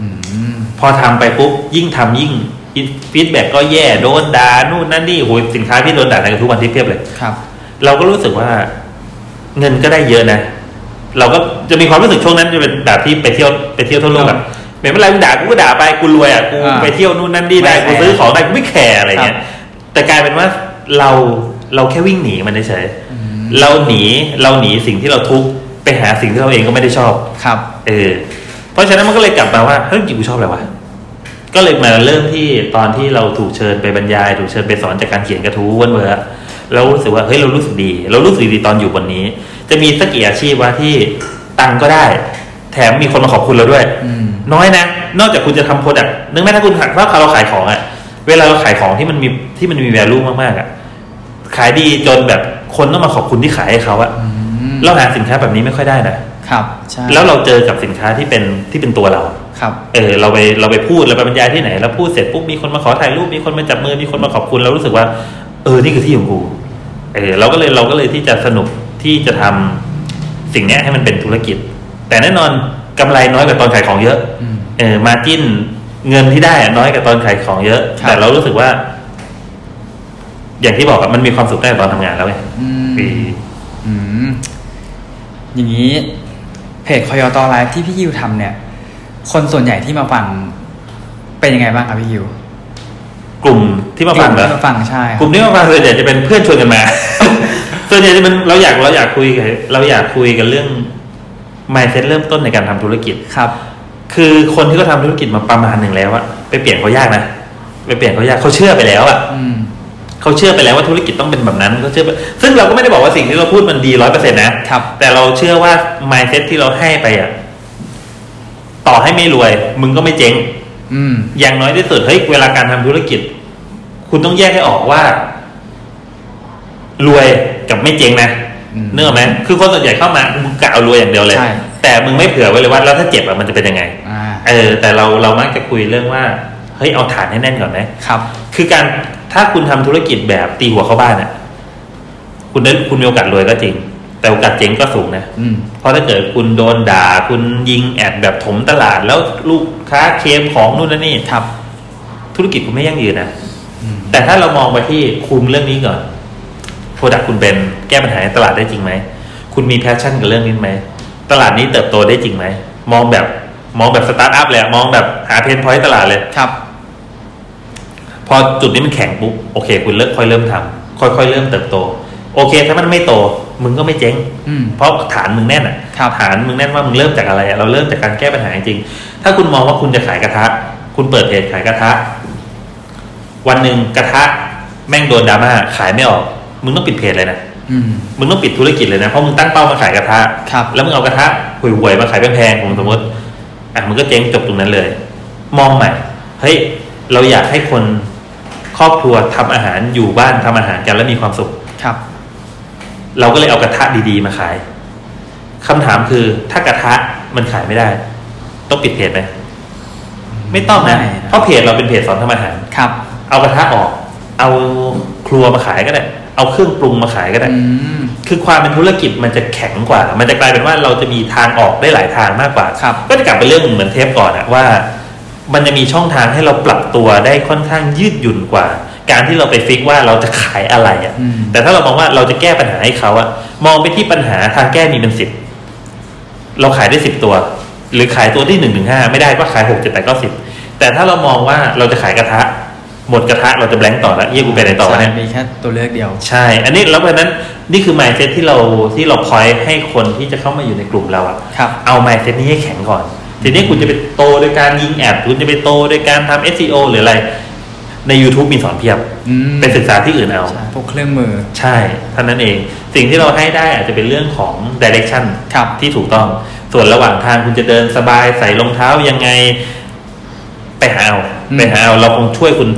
อืม พอทำไปปุ๊บยิ่งทำยิ่งฟีดแบ็กก็แย่โดนด่านู่นนั่นนี่โหยสินค้าพี่โดนด่าในกระทุกวันที่เพียบเลย ครับ เราก็รู้สึกว่าเงินก็ได้เยอะนะ เราก็จะมีความรู้สึกช่วงนั้นจะเป็นแบบที่ไปเที่ยวไปเที่ยวทั่วโลก ค แบ รับบ ไม่เป็นไรมึงด่ากูก็ด่าไปกูรวยอ่ะกู อ่า ไปเที่ยวนู่นนั่นนี่ได้ ไม่แคร์ กูซื้อของได้กูไม่แคร์อะไรเงี้ย ครับ แต่กลายเป็นว่าเราเราแค่วิ่งหนีมันเฉย อืม ๆเราหนีเราหนีสิ่งที่เราทุกข์ไปหาสิ่งที่เราเองก็ไม่ได้ชอบ ครับ เออ เพราะฉะนั้นมันก็เลยกลับมาว่าเฮ้ยจริงกูชอบอะไรวะ ก็เลยมาเริ่มที่ตอนที่เราถูกเชิญไปบรรยาย ถูกเชิญไปสอนจากการเขียนกระทู้วันเวอร์อะเรารู้สึกว่าเฮ้ยเรารู้สึกดี เรารู้สึกดีตอนอยู่บนนี้ จะมีสักกี่อาชีพวะที่ตังค์ก็ได้ แถมมีคนมาขอบคุณเราด้วย อืม น้อยนะ นอกจากคุณจะทำโปรดักต์นึกไหมถ้าคุณถ้าเราขายของอะเวลาเราขายของที่มันมีที่มันมี value มากๆอะขายดีจนแบบคนต้องมาขอบคุณที่ขายให้เขาอะ อืม เราหาสินค้าแบบนี้ไม่ค่อยได้นะครับ ใช่ แล้วเราเจอกับสินค้าที่เป็นที่เป็นตัวเรา ครับ เออเราไปเราไปพูดเราไปบรรยายที่ไหนเราพูดเสร็จปุ๊บมีคนมาขอถ่ายรูปมีคนมาจับมือมีคนมาขอบคุณเรารู้สึกว่า เออนี่คือที่ของกูเออเราก็เลยเราก็เลยที่จะสนุกที่จะทำสิ่งเนี้ยให้มันเป็นธุรกิจ แต่แน่นอนกำไรน้อยกว่าตอนขายของเยอะ อืม เออมาจิ้นเงินที่ได้อะน้อยกว่าตอนขายของเยอะ ครับ แต่เรารู้สึกว่า อย่างที่บอกอะมันมีความสุขได้กว่าตอนทำงานแล้วไง อืม ปี อืมอย่างนี้เพจคอยตอไลฟ์ที่พี่ยิวทำเนี่ย คนส่วนใหญ่ที่มาฟังเป็นยังไงบ้างครับพี่ยิว กลุ่มที่มาฟังเหรอ ที่มาฟังใช่ค ก รับ ลุ่มที่มาฟังส่วนใหญ่จะเป็นเพื่อนชวนกันมา ส่วนใหญ่จะเป็นเราอยากเราอยากคุยกันเราอยากคุยกันเรื่อง mindset เริ่มต้นในการทำธุรกิจ ครับ คือคนที่เขาทำธุรกิจมาประมาณหนึ่งแล้วอะไปเปลี่ยนเขายากนะไปเปลี่ยนเขายากเขาเชื่อไปแล้วอะ อืม เขาเชื่อไปแล้วว่าธุรกิจต้องเป็นแบบนั้นเขาเชื่อไปซึ่งเราก็ไม่ได้บอกว่าสิ่งที่เราพูดมันดีร้อยเปอร์เซ็นต์นะครับ แต่เราเชื่อว่า mindset ที่เราให้ไปอะต่อให้ไม่รวย มึงก็ไม่เจ๊ง อืม อย่างน้อยที่สุดเฮ้ยเวลาการทำธุรกิจ คุณต้องแยกให้ออกว่า รวยกับไม่เจ๊งนะ อืม เนื้ออกไหมคือคนส่วนใหญ่เข้ามามึงกะเอารวยอย่างเดียวเลย ใช่ แต่มึงไม่เผื่อไว้เลยว่าแล้วถ้าเจ็บอะมันจะเป็นยังไง อ่า เออ แต่เราเรามักจะคุยเรื่องว่าเฮ้ยเอาฐานให้แน่นก่อนไหม ครับ คือการถ้าคุณทำธุรกิจแบบตีหัวเข้าบ้านอะคุณได้คุณมีโอกาสรวยก็จริง แต่โอกาสเจ๊งก็สูงนะ อืม เพราะถ้าเกิดคุณโดนด่า คุณยิงแอดแบบถมตลาดแล้วลูกค้าเคลมของนู่นนั่นนี่ ครับ ธุรกิจคุณไม่ยั่งยืนนะ อืม แต่ถ้าเรามองไปที่คุมเรื่องนี้ก่อน โปรดักคุณเป็นแก้ปัญหาในตลาดได้จริงไหม คุณมีแพชชั่นกับเรื่องนี้ไหม ตลาดนี้เติบโตได้จริงไหม มองแบบมองแบบสตาร์ทอัพเลยอะมองแบบหาเพนพอยต์ตลาดเลย ครับ พอจุดนี้มันแข็งปุ๊บโอเค คุณเลิกค่อยเริ่มทำค่อยๆเริ่มเติบโต โอเค ถ้ามันไม่โต มึงก็ไม่เจ๊ง อืม เพราะฐานมึงแน่นอ่ะ ครับ ฐานมึงแน่นว่ามึงเริ่มจากอะไรอะเราเริ่มจากการแก้ปัญหาจริงๆถ้าคุณมองว่าคุณจะขายกระทะ คุณเปิดเพจขายกระทะ วันหนึ่งกระทะ แม่งโดนดราม่าขายไม่ออก มึงต้องปิดเพจเลยนะ อืม มึงต้องปิดธุรกิจเลยนะเพราะมึงตั้งเป้ามาขายกระทะ ครับ แล้วมึงเอากระทะห่วยๆมาขายแพงๆผมสมมติอ่ะมึงก็เจ๊งจบตรงนั้นเลย มองใหม่เฮ้ยเราอยากให้คนครอบครัวทำอาหารอยู่บ้านทำอาหารกันแล้วมีความสุข ครับ เราก็เลยเอากระทะดีๆมาขาย คำถามคือถ้ากระทะมันขายไม่ได้ ต้องปิดเพจไหม ไม่ต้องนะ ไม่นะ เพราะเพจเราเป็นเพจสอนทำอาหาร ครับ เอากระทะออก เอาครัวมาขายก็ได้ เอาเครื่องปรุงมาขายก็ได้ อืม คือความเป็นธุรกิจมันจะแข็งกว่า มันจะกลายเป็นว่าเราจะมีทางออกได้หลายทางมากกว่า ครับ ก็จะกลับไปเรื่องเหมือนเทปก่อนอะว่า มันจะมีช่องทางให้เราปรับตัวได้ค่อนข้างยืดหยุ่นกว่า การที่เราไปฟิกว่าเราจะขายอะไรอะ อืม แต่ถ้าเรามองว่าเราจะแก้ปัญหาให้เขาอะมองไปที่ปัญหาทางแก้มีเป็นสิบเราขายได้สิบตัว หรือขายตัวที่หนึ่งถึงห้าไม่ได้ก็ขายหกเจ็ดแปดเก้าสิบแต่ถ้าเรามองว่าเราจะขายกระทะ หมดกระทะเราจะแบงค์ต่อแล้วเยี่ยกูไปไหนต่อวะเนี่ย ใช่มีแค่ตัวเลือกเดียว ใช่ อันนี้แล้วเพราะฉะนั้นนี่คือ mindset ที่เราที่เราพอยให้คนที่จะเข้ามาอยู่ในกลุ่มเราอะ ครับ เอา mindset นี้ให้แข็งก่อน ทีนี้คุณจะไปโตโดยการยิงแอดคุณจะไปโตโดยการทำ SEO หรืออะไร ใน YouTube มีสอนเพียบ อืม เป็นศึกษาที่อื่นเอา ใช่พวกเครื่องมือ ใช่เท่านั้นเอง สิ่งที่เราให้ได้อาจจะเป็นเรื่องของ direction ครับ ที่ถูกต้อง ส่วนระหว่างทางคุณจะเดินสบายใส่รองเท้ายังไง ไปหาเอา อืม ไปหาเอาเราคงช่วยคุณ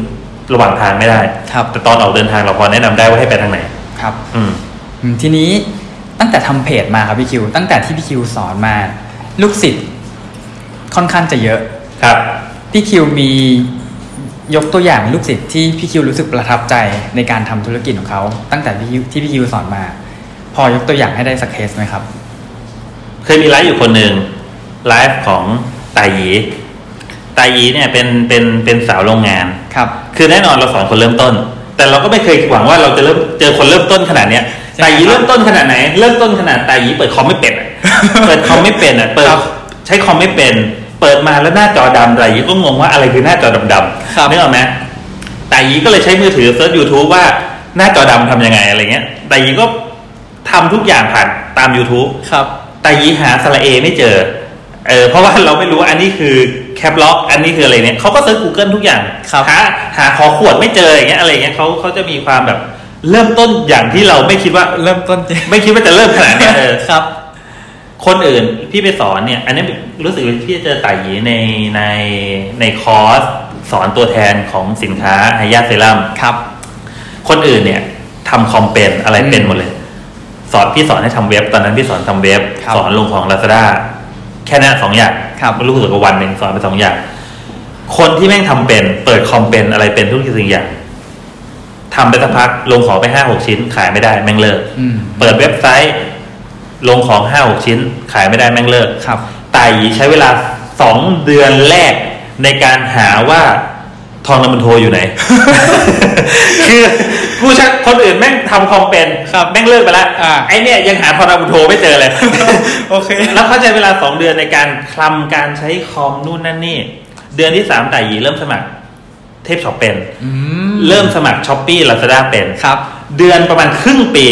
ระหว่างทางไม่ได้ ครับ แต่ตอนออกเดินทางเราพอแนะนำได้ว่าให้ไปทางไหน ครับ อืม อืมทีนี้ตั้งแต่ทำเพจมาครับพี่คิว ตั้งแต่ที่พี่คิวสอนมา ลูกศิษย์ค่อนข้างจะเยอะ ครับ พี่คิวมียกตัวอย่างลูกศิษย์ที่พี่คิวรู้สึกประทับใจในการทำธุรกิจของเขา ตั้งแต่พี่คิวที่พี่คิวสอนมา พอยกตัวอย่างให้ได้สักเคสไหมครับ เคยมีไลฟ์อยู่คนหนึ่งไลฟ์ของตาหยีตาหยีเนี่ยเป็นเป็นเป็นสาวโรงงาน ครับ คือแน่นอนเราสอนคนเริ่มต้น แต่เราก็ไม่เคยหวังว่าเราจะเริ่มเจอคนเริ่มต้นขนาดเนี้ย ใช่ ตาหยีเริ่มต้นขนาดไหน เริ่มต้นขนาดตาหยีเปิดคอมไม่เป็นอะ เปิดคอมไม่เป็นอ่ะเปิด ครับ ใช้คอมไม่เป็น เปิดมาแล้วหน้าจอดำตาหยีก็งงว่าอะไรคือหน้าจอดำ ครับ ๆนึกออกไหมตาหยีก็เลยใช้มือถือเซิร์ช YouTube ว่าหน้าจอดำทำยังไงอะไรเงี้ยตาหยีก็ทำทุกอย่างผ่านตาม YouTube ครับ แต่ยีหาสระเอไม่เจอ เออเพราะว่าเราไม่รู้ว่าอันนี้คือแคปล็อก อันนี้คืออะไรเนี่ยเขาก็เซิร์ช Google ทุกอย่าง ครับ หาหาขอขวดไม่เจออย่างเงี้ยอะไรเงี้ยเขาเขาจะมีความแบบเริ่มต้นอย่างที่เราไม่คิดว่า เริ่มต้นจริง ไม่คิดว่าจะเริ่มขนาดเนี้ยเออ ครับ คนอื่นพี่ไปสอนเนี่ย อันนี้รู้สึกว่าพี่จะไต่หยีในในในคอร์สสอนตัวแทนของสินค้าไฮยาเซรั่ม ครับ คนอื่นเนี่ยทำคอมเป็นอะไรเป็น อืม หมดเลย สอนพี่สอนให้ทำเว็บ ตอนนั้นพี่สอนทำเว็บ ครับ สอนลงของ Lazada แค่นั้นสองอย่าง ครับ รู้สึกว่าวันหนึ่งสอนไปสองอย่าง คนที่แม่งทำเป็น เปิดคอมเป็นอะไรเป็นทุกสิ่งอย่างทำไปสักพักลงของไปห้าหกชิ้น ขายไม่ได้แม่งเลิก อืม เปิดเว็บไซต์ ลงของห้าหกชิ้น ขายไม่ได้แม่งเลิก ครับ ไต่ใช้เวลาสองเดือนแรกในการหาว่าทองลำมันโทอ ยู่ไหน คือผู้ชักคนอื่นแม่งทำคอมเป็น ครับ แม่งเลิกไปแล้ว อ่า ไอเนี่ยยังหาทองลำมันโทไม่เจอเลย โอเค แล้วเข้าใจเวลาสองเดือนในการคลำการใช้คอมนู่นนั่นนี่ เดือนที่สามไต่หยีเริ่มสมัครเทพช็อปเป็น อืม เริ่มสมัครช้อปปี้ลาซาด้าเป็น ครับ เดือนประมาณครึ่งปี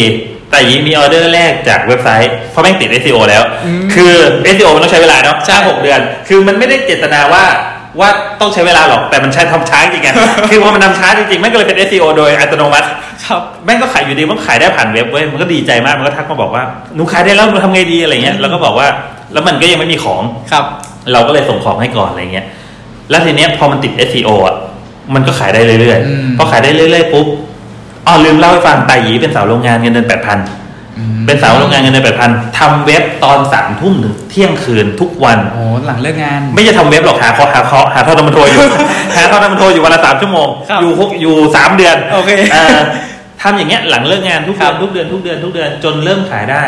แต่ยีมีออเดอร์แรกจากเว็บไซต์เพราะแม่งติด SEO แล้ว อืม คือ SEO มันต้องใช้เวลาเนาะ ใช่ ห้าหกเดือน คือมันไม่ได้เจตนาว่าว่าต้องใช้เวลาหรอกแต่มันใช้ทำช้าจริงไง คือพอมันทำช้าจริงๆแม่งก็เลยเป็น SEO โดยอัตโนมัติ ครับ แม่งก็ขายอยู่ดีมันขายได้ผ่านเว็บเว้ยมันก็ดีใจมากมันก็ทักมาบอกว่าหนูขายได้แล้วหนูทำไงดีอะไรเงี้ยแล้วก็บอกว่าแล้วมันก็ยังไม่มีของ ครับ เราก็เลยส่งของให้ก่อนอะไรเงี้ย แล้วทีเนี้ยพอมันติด SEO อ่ะ มันก็ขายได้เรื่อย อืม ๆ พอขายได้เรื่อยๆปุ๊บ อ๋อลืมเล่าให้ฟังตาหยีเป็นสาวโรงงานเงินเดือนแปดพัน อืม เป็นสาวโรงงานเงินเดือนแปดพันทำเว็บตอนสามทุ่มถึงเที่ยงคืนทุกวัน โอ้โหหลังเลิกงาน ไม่จะทำเว็บหรอกหาคอหาคอหาท่อน้ำมันโท อยู่ หาท่อน้ำมันโทอยู่วันละสามชั่วโมง ครับ อยู่หกอยู่สามเดือน โอเค อทำอย่างเงี้ยหลังเลิกงานทุก ครั เดือบ นทุกเดือนทุกเดือนทุกเดือนจนเริ่มขายได้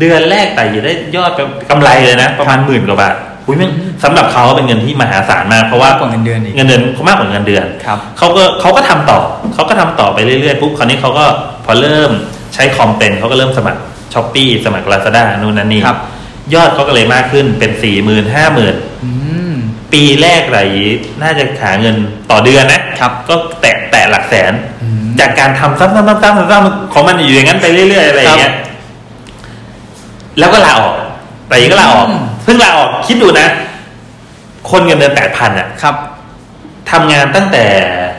เดือนแรกแต่ยได้ยอดไปกำไรเลยนะ ประมาณหมื่นกว่าบาทอุ้ยแม่งสำหรับเขาเป็นเงินที่มหาศาลมากเพราะว่า กว่าเงินเดือนอีก เงินเดือนเขามากกว่าเงินเดือน ครับ เขาก็เขาก็ทำต่อเขาก็ทำต่อไปเรื่อยๆปุ๊บคราวนี้เขาก็พอเริ่มใช้คอมเป็นเขาก็เริ่มสมัครช้อปปีสมัครลาซาด้านู่นนั่นนี่ ครับ ยอดเขาก็เลยมากขึ้นเป็นสี่หมื่นห้าหมื่น อืม ปีแรกไหลน่าจะหาเงินต่อเดือนนะครับ ก็แตะแตะหลักแสน อืม จากการทำซ้ำๆๆๆๆของมันอยู่อย่างนั้นไปเรื่อยๆอะไรอย่างเงี้ยแล้วก็ลาออกแต่ยังก็ลาออก อืม เพิ่งลาออกคิดดูนะ คนเงินเดือนแปดพันอ่ะ ครับ ทำงานตั้งแต่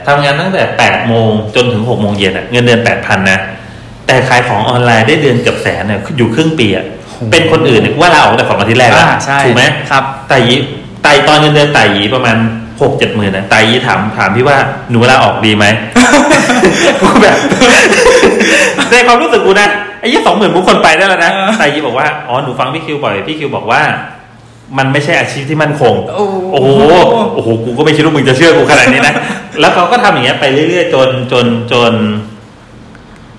ทำงานตั้งแต่แปดโมงจนถึงหกโมงเย็นอะเงินเดือนแปดพันนะ แต่ขายของออนไลน์ได้เดือนเกือบแสนเนี่ยอยู่ครึ่งปีอะ โห เป็นคนอื่นเนี่ยว่าลาออกแต่สองอาทิตย์แรก อ่า อะ ใช่ ถูกไหม ครับ ไต่ยีไต่ตอนเงินเดือนไต่ยีประมาณหกเจ็ดหมื่นนะไต่ยีถามถามพี่ว่าหนูลาออกดี ไหม กูแบบ ในความรู้สึกกูนะไอ้ยี่สองหมื่นกูคนไปได้แล้วนะ เออ ไต่ยีบอกว่าอ๋อหนูฟังพี่คิวบ่อยพี่คิวบอกว่า มันไม่ใช่อาชีพที่มั่นคง โอ้โห โอ้โห โอ้โห กูก็ไม่คิดว่ามึงจะเชื่อกูขนาดนี้นะ แล้วเขาก็ทำอย่างเงี้ยไปเรื่อยๆ จน จน จน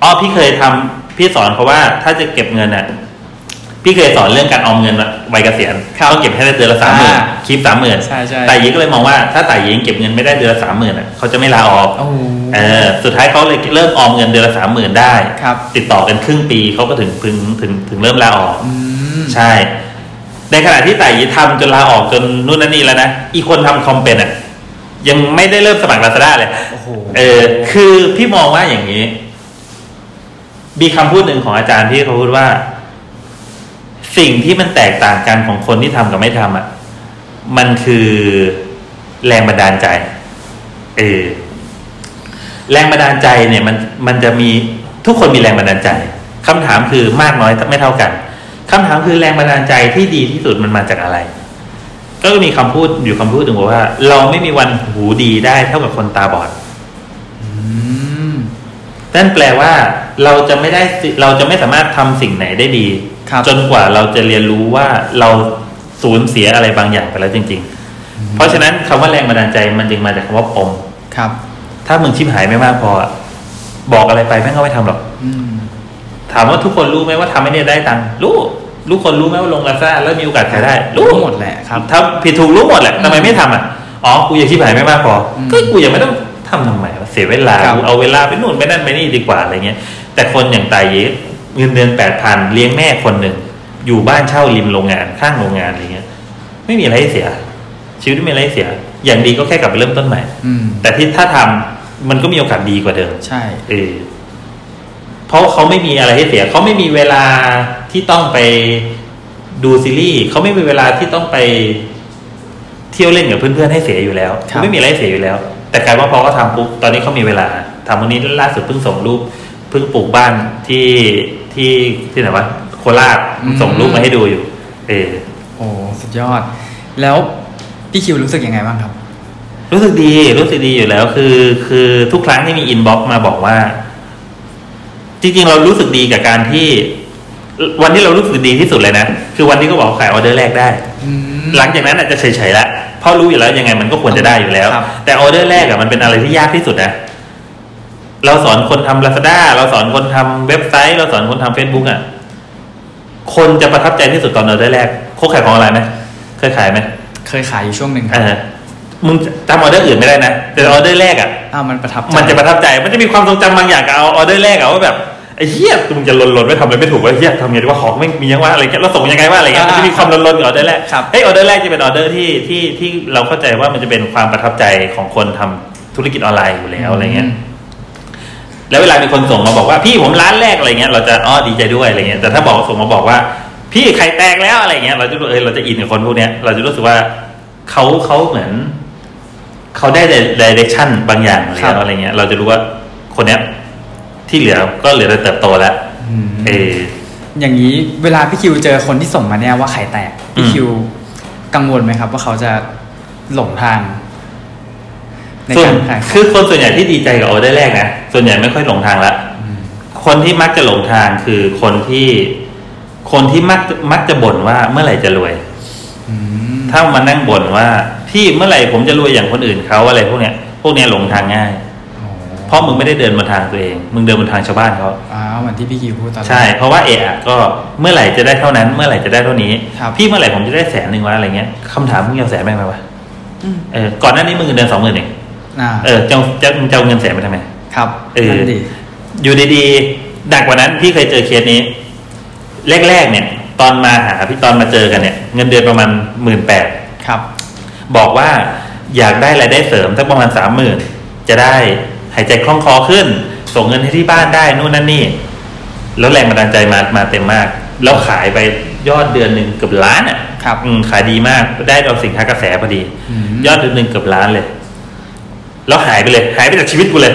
อ๋อ พี่เคยทำพี่สอนเขาว่า ถ้าจะเก็บเงินอ่ะ พี่เคยสอนเรื่องการออมเงินวัยเกษียณต้องเก็บให้ได้เดือนละสามหมื่น อ่า คีปสามหมื่น ใช่ใช่ แต่หญิงก็เลยมองว่าถ้าแต่หญิงเก็บเงินไม่ได้เดือนละสามหมื่นอ่ะ เขาจะไม่ลาออก โอ้โห เออ สุดท้ายเขาเลยเริ่มออมเงินเดือนละสามหมื่นได้ ครับ ติดต่อกันครึ่งปีเขาก็ถึงถึงถึงถึงเริ่มลาออก อืม ใช่ ในขณะที่ไต่ยีทำจนลาออกจนนู่นนั่นนี่แล้วนะ อีกคนทำคอมเป็นอ่ะ ยังไม่ได้เริ่มสมัครลาซาด้าเลย โอ้โห เออ คือพี่มองว่าอย่างนี้ มีคำพูดหนึ่งของอาจารย์ที่เขาพูดว่า สิ่งที่มันแตกต่างกันของคนที่ทำกับไม่ทำอ่ะ มันคือแรงบันดาลใจ เออ แรงบันดาลใจเนี่ย มันมันจะมีทุกคนมีแรงบันดาลใจคำถามคือมากน้อยไม่เท่ากันคำถามคือแรงบันดาลใจที่ดีที่สุดมันมาจากอะไร ก็มีคำพูดอยู่คำพูดหนึ่งบอกว่า เราไม่มีวันหูดีได้เท่ากับคนตาบอด อืม นั่นแปลว่าเราจะไม่ได้สิเราจะไม่สามารถทำสิ่งไหนได้ดี ครับ จนกว่าเราจะเรียนรู้ว่าเราสูญเสียอะไรบางอย่างไปแล้วจริง ๆ เพราะฉะนั้นคำว่าแรงบันดาลใจมันจึงมาจากคำว่าปม ครับ ถ้ามึงชิบหายไม่มากพออะบอกอะไรไปแม่งก็ไม่ทำหรอก อืม ถามว่าทุกคนรู้ไหมว่าทำไม่ได้ได้ตังค์รู้รู้คนรู้ไหมว่าลงลาซ่าแล้วมีโอกาสขายได้ รู้ หมดแหละครับ ถ้าผิดถูกรู้หมดแหละทำไมไม่ทำอ่ะอ๋อกูอยากชิบหายไม่มากพออ ม ก็กูยังไม่ต้องทำทำไมวะเสียเวลา ครับ กูเอาเวลาไปนู่นไปนั่นไปนี่ดีกว่าอะไรเงี้ย แต่คนอย่างตายเยเงินเดือนแปดพันเลี้ยงแม่คนหนึ่งอยู่บ้านเช่าริมโรงงานข้างโรงงานอะไรเงี้ย ไม่มีอะไรให้เสีย ชีวิตไม่มีอะไรให้เสีย อย่างดีก็แค่กลับไปเริ่มต้นใหม่ อืม แต่ที่ถ้าทำมันก็มีโอกาสดีกว่าเดิม ใช่ เออเพราะเขาไม่มีอะไรให้เสีย เขาไม่มีเวลาที่ต้องไปดูซีรีส์เขาไม่มีเวลาที่ต้องไปเที่ยวเล่นกับเพื่อนๆให้เสียอยู่แล้ว ครับ ไม่มีอะไรให้เสียอยู่แล้ว แต่กลายว่าพอเขาทำปุ๊บตอนนี้เขามีเวลาทำวันนี้ล่าสุดเพิ่งส่งรูปเพิ่งปลูกบ้านที่ที่ที่ไหนวะโค โคราช อืม ส่งรูปมาให้ดูอยู่ เออ โอ้สุดยอด แล้วพี่คิวรู้สึกยังไงบ้างครับ รู้สึกดี รู้สึกดีอยู่แล้ว คือ คือทุกครั้งที่มีอินบ็อกมาบอกว่า จริงๆ เรารู้สึกดีกับการที่ วันที่เรารู้สึกดีที่สุดเลยนะ คือวันที่ก็บอกว่าขายออเดอร์แรกได้ อืม หลังจากนั้นอาจจะเฉยๆละเพราะรู้อยู่แล้วยังไงมันก็ควรจะได้อยู่แล้ว ครับ แต่ออเดอร์แรกอะมันเป็นอะไรที่ยากที่สุดนะ เราสอนคนทำ Lazada เราสอนคนทำเว็บไซต์ เราสอนคนทำ Facebook อะคนจะประทับใจที่สุดตอนออเดอร์แรกโคกขายของออนไลน์ไหมเคยขายไหม เคยขายอยู่ช่วงหนึ่งค เอ รับ อมึงจำออเดอร์อื่นไม่ได้นะ แต่ออเดอร์แรกอะ อ้าวมันประทับใ มันจะประทับใจ มันจะมีความทรงจำบางอย่างกับเอาออเดอร์แรกอะว่าแบบไอ้เหี้ยมึงจะลนๆไม่ทำอะไรไม่ถูกว่าเหี้ยทำยังไงดีว่าของไม่งมียังว่าอะไรเงี้ยเราส่งยังไงว่าอะไรเงี้ยมันจะมีความ ลนๆกับออเดอร์แรก ครับ เฮ้ยออเดอร์แรกจะเป็นออเดอร์ที่ที่ที่เราเข้าใจว่ามันจะเป็นความประทับใจของคนทำธุรกิจออนไลน์อยู่แล้วอะไรเงี้ย แล้วเวลามีคนส่งมาบอกว่าพี่ผมร้านแรกอะไรเงี้ยเราจะอ๋อดีใจด้วยอะไรเงี้ยแต่ถ้าบอกส่งมาบอกว่า พี่ไข่แตกแล้วอะไรเงี้ยเราจะรู้เออเราจะอินกับคนพวกเนี้ยเราจะรู้สึกว่าเขาเขาเหมือนเขาได้ดิเรกชันบางอย่างอะไร ครั เงี้ บ ยอะไรเงี้ยเราจะรู้ว่าคนเนี้ยที่เหลือก็เหลือแต่เติบโตแล้ว อืม เออ อย่างนี้เวลาพี่คิวเจอคนที่ส่งมาเนี่ยว่าไข่แตกพี่ อืม คิวกังวลไหมครับ ว่าเขาจะหลงทาง ใน ส่วน การขาย คือคนส่วนใหญ่ที่ดีใจกับออเดอร์แรกนะส่วนใหญ่ไม่ค่อยหลงทางละ ม คนที่มักจะหลงทางคือคนที่คนที่มักมักจะบ่นว่าเมื่อไหร่จะรวย อืม ถ้ามานั่งบ่นว่าพี่เมื่อไหร่ผมจะรวยอย่างคนอื่นเขาอะไรพวกเนี้ยพวกเนี้ยหลงทางง่าย เพราะมึงไม่ได้เดินบนทางตัวเอง มึงเดินบนทางชาวบ้านเขา อ้าวเหมือนที่พี่คิวพูดตอนแรก ใช่ เพราะว่าเอะอะก็เมื่อไหร่จะได้เท่านั้น เมื่อไหร่จะได้เท่านี้ ครับ พี่เมื่อไหร่ผมจะได้แสนหนึ่งวะอะไรเงี้ยคำถามมึงเอาแสนแม่งไหมวะเออก่อนหน้านี้มึงเงินเดือนสองหมื่นเอง อ่า เออจะจะจะเอาเงินแสนไปทำไม ครับ เออ นั่นดิ อยู่ดีๆหนักกว่านั้นพี่เคยเจอเคสนี้ แรกๆเนี่ย ตอนมาหาพี่ตอนมาเจอกันเนี่ย เงินเดือนประมาณหมื่นแปด ครับ บอกว่าอยากได้รายได้เสริมสักประมาณสามหมื่นจะได้หายใจคล่องคอขึ้น ส่งเงินให้ที่บ้านได้นู่นนั่นนี่ แล้วแรงบันดาลใจมามาเต็มมาก แล้วขายไปยอดเดือนหนึ่งเกือบล้านอ่ะ ครับ อืมขายดีมากได้ดอกสินค้ากระแสพอดี อืม ยอดเดือนหนึ่งเกือบล้านเลย แล้วหายไปเลย หายไปจากชีวิตกู เลย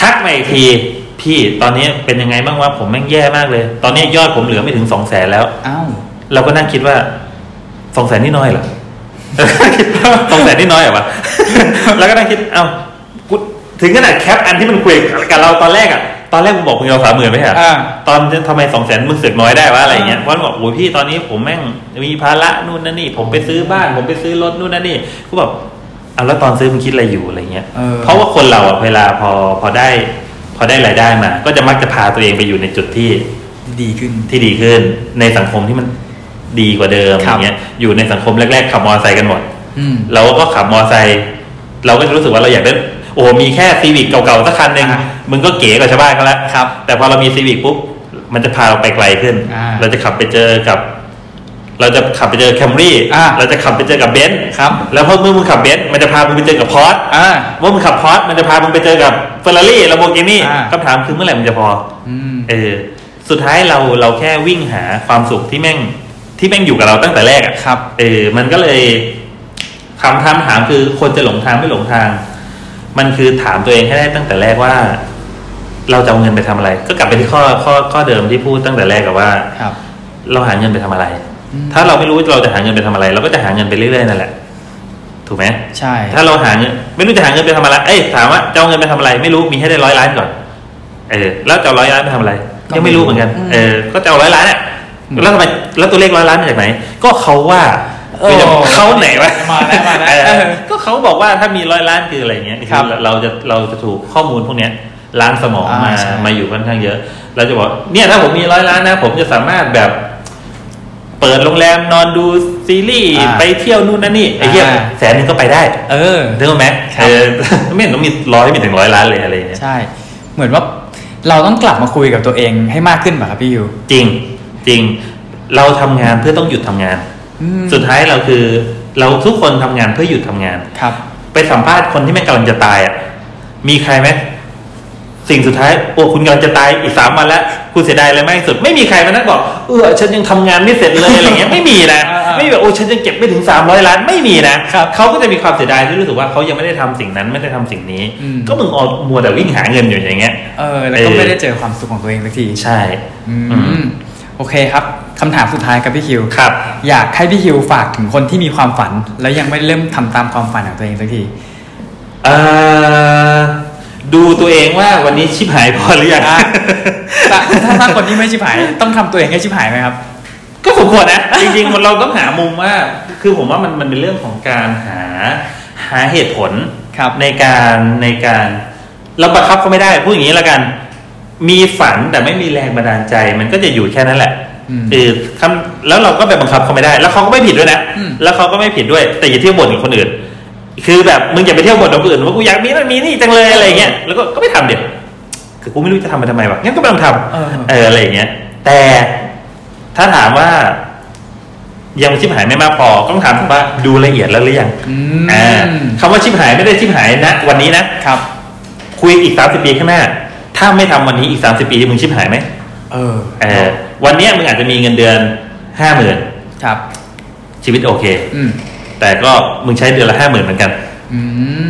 ทักมาอีกที พี่ตอนนี้เป็นยังไงบ้างว่าผมแม่งแย่มากเลย ตอนนี้ยอดผมเหลือไม่ถึงสองแสนแล้ว อ้าว เราก็นั่งคิดว่าสองแสนนี่น้อยเหรอ สองแสนนี่น้อยเหรอวะ แล้วก็นั่งคิด เอ้ากูถึงขนาดแคปอันที่มันคุยกับเราตอนแรกอะตอนแรกมึงบอกมึงเอาสามหมื่นไหมฮะ อ่า ตอนทำไมสองแสนมึงเสือกน้อยได้วะอะไรเงี้ย อ่า เพราะมันบอกโอ้ยพี่ตอนนี้ผมแม่งมีภาระนู่นนั่นนี่ ผมไปซื้อบ้าน ผมไปซื้อรถนู่นนั่นนี่กูแบบเอาแล้วตอนซื้อมึงคิดอะไรอยู่อะไรเงี้ย เออ เพราะว่าคนเราอะเวลาพอพอได้ พอได้รายได้มา ก็จะมักจะพาตัวเองไปอยู่ในจุดที่ ดีขึ้น ที่ดีขึ้นในสังคมที่มันดีกว่าเดิมอ ครับ ย่างเงี้ยอยู่ในสังคมแรก ๆ ขับมอเตอร์ไซค์กันหมด อืม เราก็ขับมอเตอร์ไซค์เราก็จะรู้สึกว่าเราอยากได้โอ้โหมีแค่ซีวิกเก่าๆสักคันหนึ่ง อ่า มึงก็เก๋กว่าชาวบ้านเขาแล้ว ครับ แต่พอเรามีซีวิกปุ๊บมันจะพาเราไปไกลขึ้น อ่า เราจะขับไปเจอกับ เราจะขับไปเจอแคมรี่ อ่า เราจะขับไปเจอกับเบนซ์ ครับ แล้วพอเมื่อมึงขับเบนซ์มันจะพามึงไปเจอกับพอร์ช อ่า เมื่อมึงขับพอร์ชมันจะพามึงไปเจอกับเฟอร์รารี่ลาโบกินี่ อ่า คำถามคือเมื่อไหร่มึงจะพอ อืม เออสุดท้ายเราเราแค่วิ่งหาความสุขที่แม่งที่แม่งอยู่กับเราตั้งแต่แรกอะ ครับ เออมันก็เลยคำถามถามคือคนจะหลงทางไม่หลงทาง มันคือถามตัวเองให้ได้ตั้งแต่แรกว่า เราจะเอาเงินไปทำอะไร ก็กลับไปที่ข้อข้อข้อเดิมที่พูดตั้งแต่แรกกับว่า ครับ เราหาเงินไปทำอะไร อืม ถ้าเราไม่รู้ว่าเราจะหาเงินไปทำอะไร เราก็จะหาเงินไปเรื่อยๆนั่นแหละ ถูกไหม ใช่ ถ้าเราหาเงินไม่รู้จะหาเงินไปทำอะไรเอ้ยถามว่าจะเอาเงินไปทำอะไร ไม่รู้มีให้ได้ร้อยล้านก่อน เออแล้วจะเอาร้อยล้านไปทำอะไร ยังไม่รู้เหมือนกัน เออ ก็จะเอาร้อยล้านอ่ะแล้วทำไมแล้วตัวเลขร้อยล้านมาจากไหน ก็เขาว่า โอ้ เขาไหนวะ มาแล้วมาแล้ว เออก็เขาบอกว่าถ้ามีร้อยล้านคืออะไรเงี้ย ครับ อเราจะเราจะถูกข้อมูลพวกเนี้ยล้างสมองมา อ่าใช่ มาอยู่ค่อนข้างเยอะ เราจะบอกเนี่ยถ้าผมมีร้อยล้านนะ ผมจะสามารถแบบ เปิดโรงแรมนอนดูซีรีส์ อ่า ไปเที่ยวนู่นนั่นนี่ไอ้เหี้ย อ่า แสนหนึงก็ไปได้ เออ เรื่องไหม ครับ เออ ไม่เห็นต้องมีร้อยมีถึงร้อยล้านเลยอะไรอย่างเงี้ย ใช่ เหมือนว่าเราต้องกลับมาคุยกับตัวเองให้มากขึ้นป่ะครับพี่ยู จริงจริง เราทำงานเพื่อต้องหยุดทำงาน อืม สุดท้ายเราคือ เราทุกคนทำงานเพื่อหยุดทำงาน ครับ ไปสัมภาษณ์คนที่แม่งกำลังจะตายอ่ะมีใครไหมสิ่งสุดท้ายโอ้คุณกำลังจะตายอีกสามวันแล้วคุณเสียดายอะไรไหมากที่สุด ไม่มีใครมานั่งบอกเออฉันยังทำงานไม่เสร็จเลยอะไรเงี้ยไม่มีนะ อ่าๆ ไม่มีแบบโอ้ฉันยังเก็บไม่ถึงสามร้อยล้านไม่มีนะครับ เขาก็จะมีความเสียดายที่รู้สึกว่าเขายังไม่ได้ทำสิ่งนั้นไม่ได้ทำสิ่งนี้ อืม ก็มึงเอามัวแต่วิ่งหาเงินอยู่อย่างเงี้ย เออ แล้วก็ เออ ไม่ได้เจอความสุขของตัวเองสักที ใช่ อื อืม ม โอเคครับคำถามสุดท้ายครับพี่คิว ครับ อยากให้พี่คิวฝากถึงคนที่มีความฝัน แล้วยังไม่เริ่มทำตามความฝันของตัวเองสักที เอ่อดูตัวเองว่าวันนี้ชิบหายพอหรือยัง อ่ะ ถ้าถ้าคนที่ไม่ชิบหายต้องทำตัวเองให้ชิบหายไหมครับ ก็สมควรนะ จริงๆคนเราต้องหามุมว่า คือผมว่ามันมันเป็นเรื่องของการหาหาเหตุผล ครับ ในการในการเราบังคับเขาไม่ได้พูดอย่างนี้ละกัน มีฝันแต่ไม่มีแรงบันดาลใจ มันก็จะอยู่แค่นั้นแหละ อืม คือคำแล้วเราก็ไปบังคับเขาไม่ได้ แล้วเขาก็ไม่ผิดด้วยนะ อืม แล้วเขาก็ไม่ผิดด้วย แต่อย่าเที่ยวบ่นกับคนอื่น คือแบบมึงอย่าไปเที่ยวบ่นกับคนอื่นว่ากูอยากมีนั่นมีนี่จังเลยอะไรเงี้ยแล้วก็ก็ไม่ทำเดี๋ยวคือกูไม่รู้จะทำมันทำไมวะงั้นก็ไม่ต้องท เออ ำเอออะไรอย่างเงี้ย แต่ถ้าถามว่า ยังชิบหายไม่มากพอต้องถามว่าดูละเอียดแล้วหรือยัง อืม อ่าคำว่าชิบหายไม่ได้ชิบหายนะวันนี้นะ ครับ คุยอีกสามสิบปีข้างหน้า ถ้าไม่ทำวันนี้อีกสามสิบปีมึงชิบหายไหม เออ เออวันเนี้ยมึงอาจจะมีเงินเดือนห้าหมื่น ครับ ชีวิตโอเค อืม แต่ก็มึงใช้เดือนละห้าหมื่นเหมือนกัน อื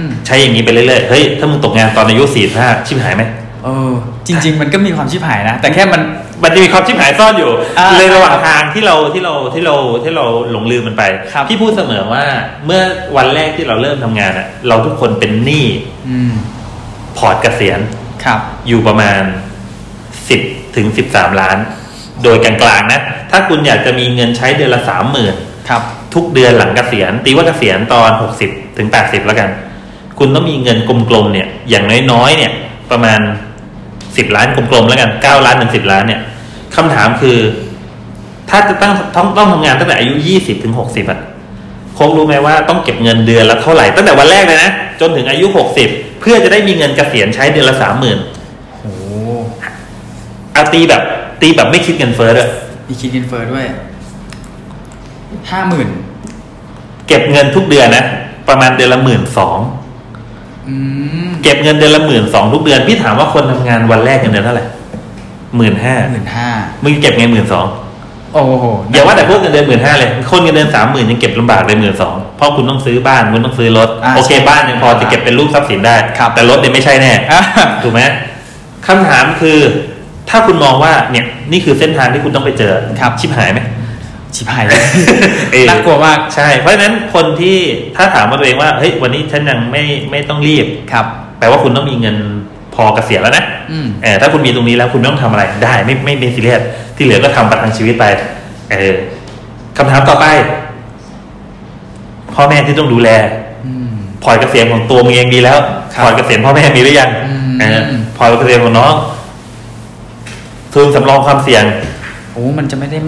ม ใช้อย่างนี้ไปเรื่อยๆเฮ้ยถ้ามึงตกงานตอนอายุสี่ห้าชิบหายไหม เออ จริง ๆ มันก็มีความชิบหายนะ แต่แค่มัน มันจะมีความชิบหายซ่อนอยู่ อ่า เลยระหว่างทางที่เราที่เราที่เราที่เราหลงลืมมันไป ครับ พี่พูดเสมอว่าเมื่อวันแรกที่เราเริ่มทำงานอะเราทุกคนเป็นหนี้ อืม พอร์ตเกษียณ ครับ อยู่ประมาณ 10ถึง13 ล้าน โดยกลางๆนะ ถ้าคุณอยากจะมีเงินใช้เดือนละ 30,000 ครับ ทุกเดือนหลังเกษียณตีว่าเกษียณตอน 60ถึง80 แล้วกัน คุณต้องมีเงินกลมๆเนี่ย อย่างน้อยๆเนี่ย ประมาณ 10 ล้านกลมๆแล้วกัน 9 ล้านถึง10 ล้านเนี่ยคำถามคือ ถ้าจะตั้งต้องต้องทำงานตั้งแต่อายุ 20ถึง60อ่ะโคงรู้ไหมว่าต้องเก็บเงินเดือนละเท่าไหร่ตั้งแต่วันแรกเลยนะ จนถึงอายุ 60 เพื่อจะได้มีเงินเกษียณใช้เดือนละ30,000 โอ้ เอาตีแบบตีแบบไม่คิดเงินเฟ้อเลย มีคิดเงินเฟ้อด้วยห้าหมื่น เก็บเงินทุกเดือนนะ ประมาณเดือนละหมื่นสอง อืม เก็บเงินเดือนละหมื่นสองทุกเดือนพี่ถามว่าคนทำงานวันแรกเงินเดือนเท่าไหร่หมื่นห้า หมื่นห้า มึงเก็บเงินหมื่นสอง โอ้โห อย่าว่าแต่พวกเงินเดือนหมื่นห้าเลย คนเงินเดือนสามหมื่นยังเก็บลำบากเลยหมื่นสองเพราะคุณต้องซื้อบ้านคุณต้องซื้อรถ า โอเคบ้านยังพอจะเก็บเป็นรูปทรัพย์สินได้ ครับ แต่รถเนี่ยไม่ใช่แน่ อ่ะ ถูกไหมคำถามคือ ถ้าคุณมองว่าเนี่ยนี่คือเส้นทางที่คุณต้องไปเจอ ครับ ชิบหายไหม ชิบหายเลย เออ น่ากลัวมาก ใช่ เพราะฉะนั้นคนที่ถ้าถามมาตัวเองว่าเฮ้ยวันนี้ฉันยังไม่ไม่ต้องรีบ ครับ แปลว่าคุณต้องมีเงินพอเกษียณแล้วนะ อืม เออถ้าคุณมีตรงนี้แล้วคุณไม่ต้องทำอะไรได้ ไม่ไม่เป็นซีเรียสที่เหลือก็ทำประทังชีวิตไปเออคำถามต่อไป พ่อแม่ที่ต้องดูแล อืม พอร์ตเกษียณของตัวมึงเองมีแล้ว ครับ พอร์ตเกษียณพ่อแม่มีหรือยัง อืม เออพอร์ตเกษียณของน้องทุนสำรองความเสี่ยง โอ้มันจะไม่ได้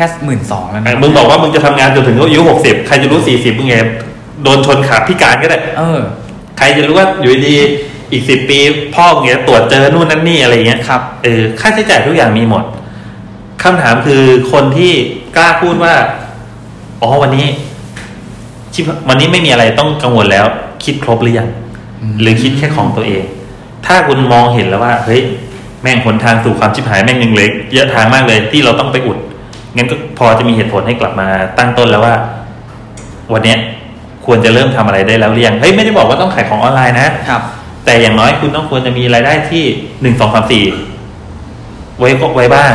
แค่หมื่นสองแล้ว เอ นะ อมึงบอกว่ามึงจะทำงานจนถึงอายุหกสิบใครจะรู้สี่สิบมึงเองโดนชนขาพิการก็ได้ เออ ใครจะรู้ว่าอยู่ดีๆอีกสิบปีพ่อของเงี้ยตรวจเจอนู่นนั่นนี่อะไรเงี้ย ครับ เออค่าใช้จ่ายทุกอย่างมีหมดคำถามคือคนที่กล้าพูดว่าอ๋อวันนี้ชิบวันนี้ไม่มีอะไรต้องกังวลแล้ว คิดครบหรือยังหรือคิดแค่ของตัวเอง ถ้าคุณมองเห็นแล้วว่า เฮ้ยแม่งหนทางสู่ความชิบหายแม่งยังเหลยเยอะทางมากเลยที่เราต้องไปอุดงั้นก็พอจะมีเหตุผลให้กลับมาตั้งต้นแล้วว่า วันเนี้ยควรจะเริ่มทำอะไรได้แล้วหรือยังเฮ้ยไม่ได้บอกว่าต้องขายของออนไลน์นะ ครับ แต่อย่างน้อยคุณต้องควรจะมีรายได้ที่หนึ่งสองสามสี่ไว้ก็ไว้บ้าง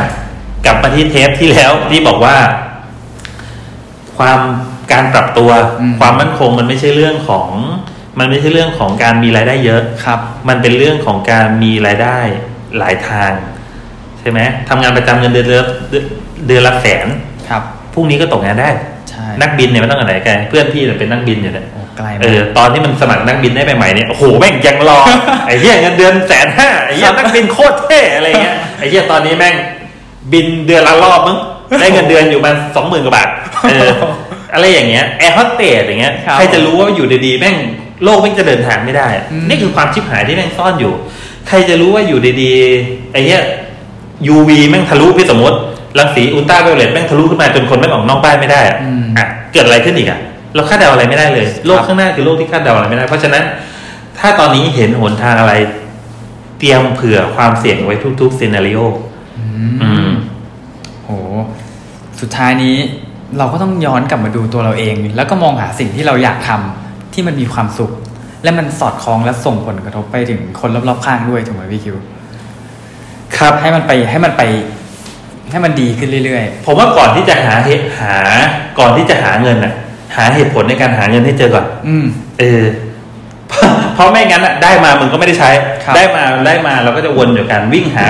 กลับมาที่เทปที่แล้วที่บอกว่า ความการปรับตัว อืม ความมั่นคงมันไม่ใช่เรื่องของ มันไม่ใช่เรื่องของการมีรายได้เยอะ ครับ มันเป็นเรื่องของการมีรายได้หลายทาง ใช่ไหมทำงานประจำเงินเดือนละเดือนละแสน ครับ พรุ่งนี้ก็ตกงานได้ ใช่ นักบินเนี่ยไม่ต้องอะไรไกลเพื่อนพี่เนี่ยเป็นนักบินอยู่เนี่ย โอ้ไกล เอ มาก อตอนที่มันสมัครนักบินได้ใหม่ๆเนี่ยโอ้โหแม่งยังร อ ไอ้เหี้ยเงินเดือนแสนห้าไอ้เหี้ยนักบินโคตรเท่อะไรเงี้ ยไอ้เหี้ยตอนนี้แม่งบินเดือนละรอบมั้งได้เงินเดือนอยู่ประมาสองหมื่นกว่าบาทเออ อะไรอย่างเงี้ยแอร์โฮสเตสอย่างเงี้ย ครับ ใครจะรู้ว่าอยู่ดีๆแม่งโลกแม่งจะเดินทางไม่ได้อะ อืม นี่คือความชิบหายที่แม่งซ่อนอยู่ ใครจะรู้ว่าอยู่ดีๆไอ้เหี้ย UV แม่งทะลุพี่สมมติรังสีอุลตราไวโอเลตแม่งทะลุขึ้นมาจนคนแม่งออกนอกบ้านไม่ได้อะ อืม อ่ะเกิดอะไรขึ้นอีกอ่ะเราคาดเดาอะไรไม่ได้เลย โลกข้างหน้าคือโลกที่คาดเดาอะไรไม่ได้ เพราะฉะนั้น ถ้าตอนนี้เห็นหนทางอะไร เตรียมเผื่อความเสี่ยงไว้ทุกๆซีนารีโอ อืม โห สุดท้ายนี้เราก็ต้องย้อนกลับมาดูตัวเราเอง แล้วก็มองหาสิ่งที่เราอยากทำที่มันมีความสุข และมันสอดคล้องและส่งผลกระทบไปถึงคนรอบๆข้างด้วยถูกไหมพี่คิว ครับ ให้มันไปให้มันไป ให้มันดีขึ้นเรื่อย ผมว่าก่อนที่จะหาเหตุหาก่อนที่จะหาเงินอ่ะ หาเหตุผลในการหาเงินให้เจอก่อน ๆ อืม เออ เพราะเพราะไม่งั้นอะได้มามึงก็ไม่ได้ใช้ ครับ ได้มาได้มาเราก็จะวนอยู่กันวิ่งหา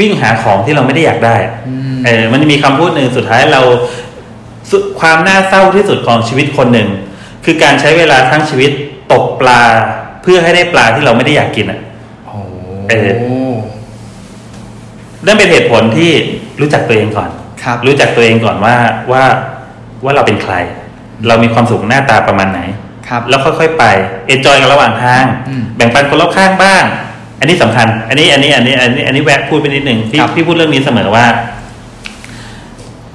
วิ่งหาของที่เราไม่ได้อยากได้อะเออมันจะมีคำพูดหนึ่งสุดท้ายเราสุดความน่าเศร้าที่สุดของชีวิตคนหนึ่ง คือการใช้เวลาทั้งชีวิตตกปลาเพื่อให้ได้ปลาที่เราไม่ได้อยากกินอะ โอ้ เอ นั่นเป็นเหตุผลที่รู้จักตัวเองก่อน ครับ รู้จักตัวเองก่อนว่าว่าว่าเราเป็นใคร เรามีความสุขหน้าตาประมาณไหน ครับ แล้วค่อยๆไปเอนจอยกันระหว่างทาง อืม แบ่งปันคนรอบข้างบ้าง อันนี้สำคัญ อันนี้อันนี้อันนี้อันนี้อันนี้แวะพูดไปนิดหนึ่งที่ ครับ ที่พูดเรื่องนี้เสมอว่า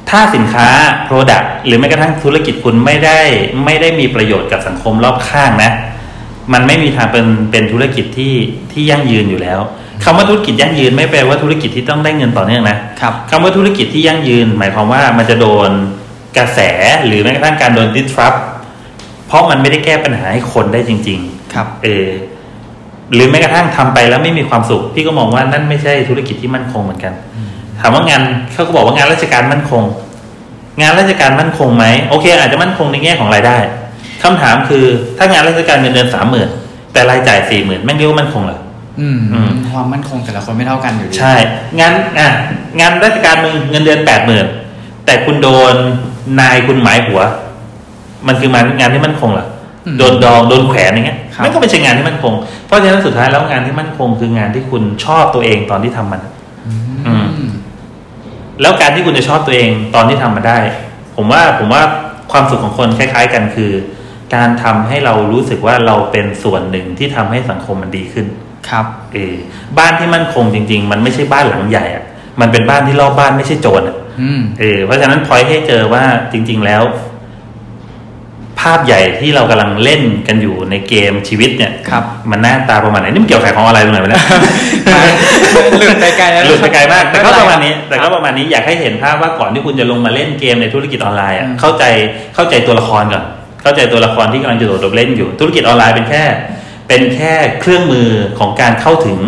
ถ้าสินค้า Product หรือแม้กระทั่งธุรกิจคุณไม่ได้ ไม่ได้มีประโยชน์กับสังคมรอบข้างนะ มันไม่มีทางเป็นเป็นธุรกิจที่ที่ยั่งยืนอยู่แล้วคำว่าธุรกิจยั่งยืนไม่แปลว่าธุรกิจที่ต้องได้เงินต่อเนื่องนะครับ คำว่าธุรกิจที่ยั่งยืน หมายความว่ามันจะโดนกระแสหรือแม้กระทั่งการโดนดิสทรัพ เพราะมันไม่ได้แก้ปัญหาให้คนได้จริง ครับ ๆ เออ หรือแม้กระทั่งทำไปแล้วไม่มีความสุข พี่ก็มองว่านั่นไม่ใช่ธุรกิจที่มั่นคงเหมือนกัน ถามว่างานเขาก็บอกว่างานราชการมั่นคง งานราชการมั่นคงไหมโอเค อาจจะมั่นคงในแง่ของรายได้คำถามคือถ้างานราชการเงินเดือนสามหมื่นแต่รายจ่ายสี่หมื่นแม่งเรียกว่ามั่นคงเหรอ อืม อืม ความมั่นคงแต่ละคนไม่เท่ากันอยู่ดี ใช่งานอ่ะงานราชการมึงเงินเดือนแปดหมื่นแต่คุณโดนนายคุณหมายหัว มันคือมันงานที่มั่นคงเหรอ อืม โดนดองโดนแขวนอย่างเงี้ย ครับ มันก็ไม่ใช่งานที่มั่นคง เพราะฉะนั้นสุดท้ายแล้วงานที่มั่นคงคืองานที่คุณชอบตัวเองตอนที่ทำมัน อืม แล้วการที่คุณจะชอบตัวเองตอนที่ทำมันได้ ผมว่าผมว่าความสุขของคนคล้าย ๆ กันคือ การทำให้เรารู้สึกว่าเราเป็นส่วนหนึ่งที่ทำให้สังคมมันดีขึ้น ครับ เออบ้านที่มั่นคงจริง ๆ มันไม่ใช่บ้านหลังใหญ่อะมันเป็นบ้านที่รอบบ้านไม่ใช่โจรอะ อืม เออเพราะฉะนั้นพอยให้เจอว่าจริง ๆแล้ว ภาพใหญ่ที่เรากำลังเล่นกันอยู่ในเกมชีวิตเนี่ย ครับ มันหน้าตาประมาณไหนนี่มันเกี่ยวกับขายของอะไรตรงไหนไปแล้ว หลุดไปไกลแล้ว หลุดไปไกลมาก แต่ก็ประมาณนี้ แต่ ค ก็ รับ ประมาณนี้อยากให้เห็นภาพว่าก่อนที่คุณจะลงมาเล่นเกมในธุรกิจออนไลน์อะ อืม เข้าใจเข้าใจตัวละครก่อน เข้าใจตัวละครที่กำลังจะโดดเล่นอยู่ ธุรกิจออนไลน์เป็นแค่ เป็นแค่เครื่องมือของการเข้าถึง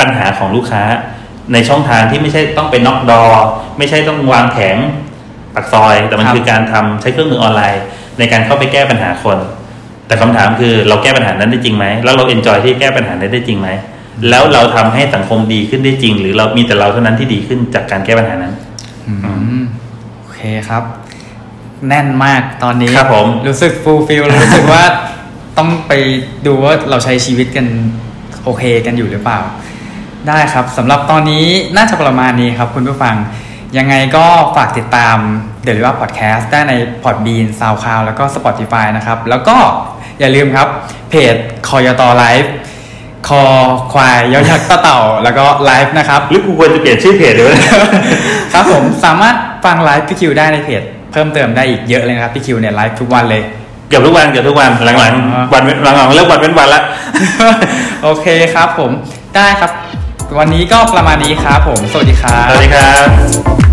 ปัญหาของลูกค้า ในช่องทางที่ไม่ใช่ต้องไปน็อกดอไม่ใช่ต้องวางแผงปักซอย แต่มัน ครับ คือการทำใช้เครื่องมือออนไลน์ ในการเข้าไปแก้ปัญหาคน แต่คำถามคือเราแก้ปัญหานั้นได้จริงไหมแล้วเราเอนจอยที่แก้ปัญหานั้นได้จริงไหมแล้วเราทำให้สังคมดีขึ้นได้จริง หรือเรามีแต่เราเท่านั้นที่ดีขึ้นจากการแก้ปัญหานั้น อืม โอเคครับ แน่นมากตอนนี้ ครับผม รู้สึกฟูลฟิลรู้สึกว่าต้องไปดูว่าเราใช้ชีวิตกันโอเคกันอยู่หรือเปล่า ได้ครับสำหรับตอนนี้น่าจะประมาณนี้ครับคุณผู้ฟัง ยังไงก็ฝากติดตาม The r i v e r Podcast ได้ใน Podbean SoundCloud แล้วก็ Spotify นะครับ แล้วก็อย่าลืมครับ เพจคอยตอไลฟ์คอควายยอยักษ์ตะเต่า แล้วก็ไลฟ์นะครับ หรือกูควรจะเปลี่ยนชื่อเพจด้วย ครับผมสามารถฟังไลฟ์พี่คิวได้ในเพจ เพิ่มเติมได้อีกเยอะเลยนะครับพี่คิวเนี่ยไลฟ์ทุกวันเลย เกือบทุกวันเกือบทุกวันหลัง อ๋อ ๆวันเว้นหลังๆเริ่มวันเป็นวันละ โอเคครับผมได้ครับ วันนี้ก็ประมาณนี้ครับผม สวัสดีครับ สวัสดีครับ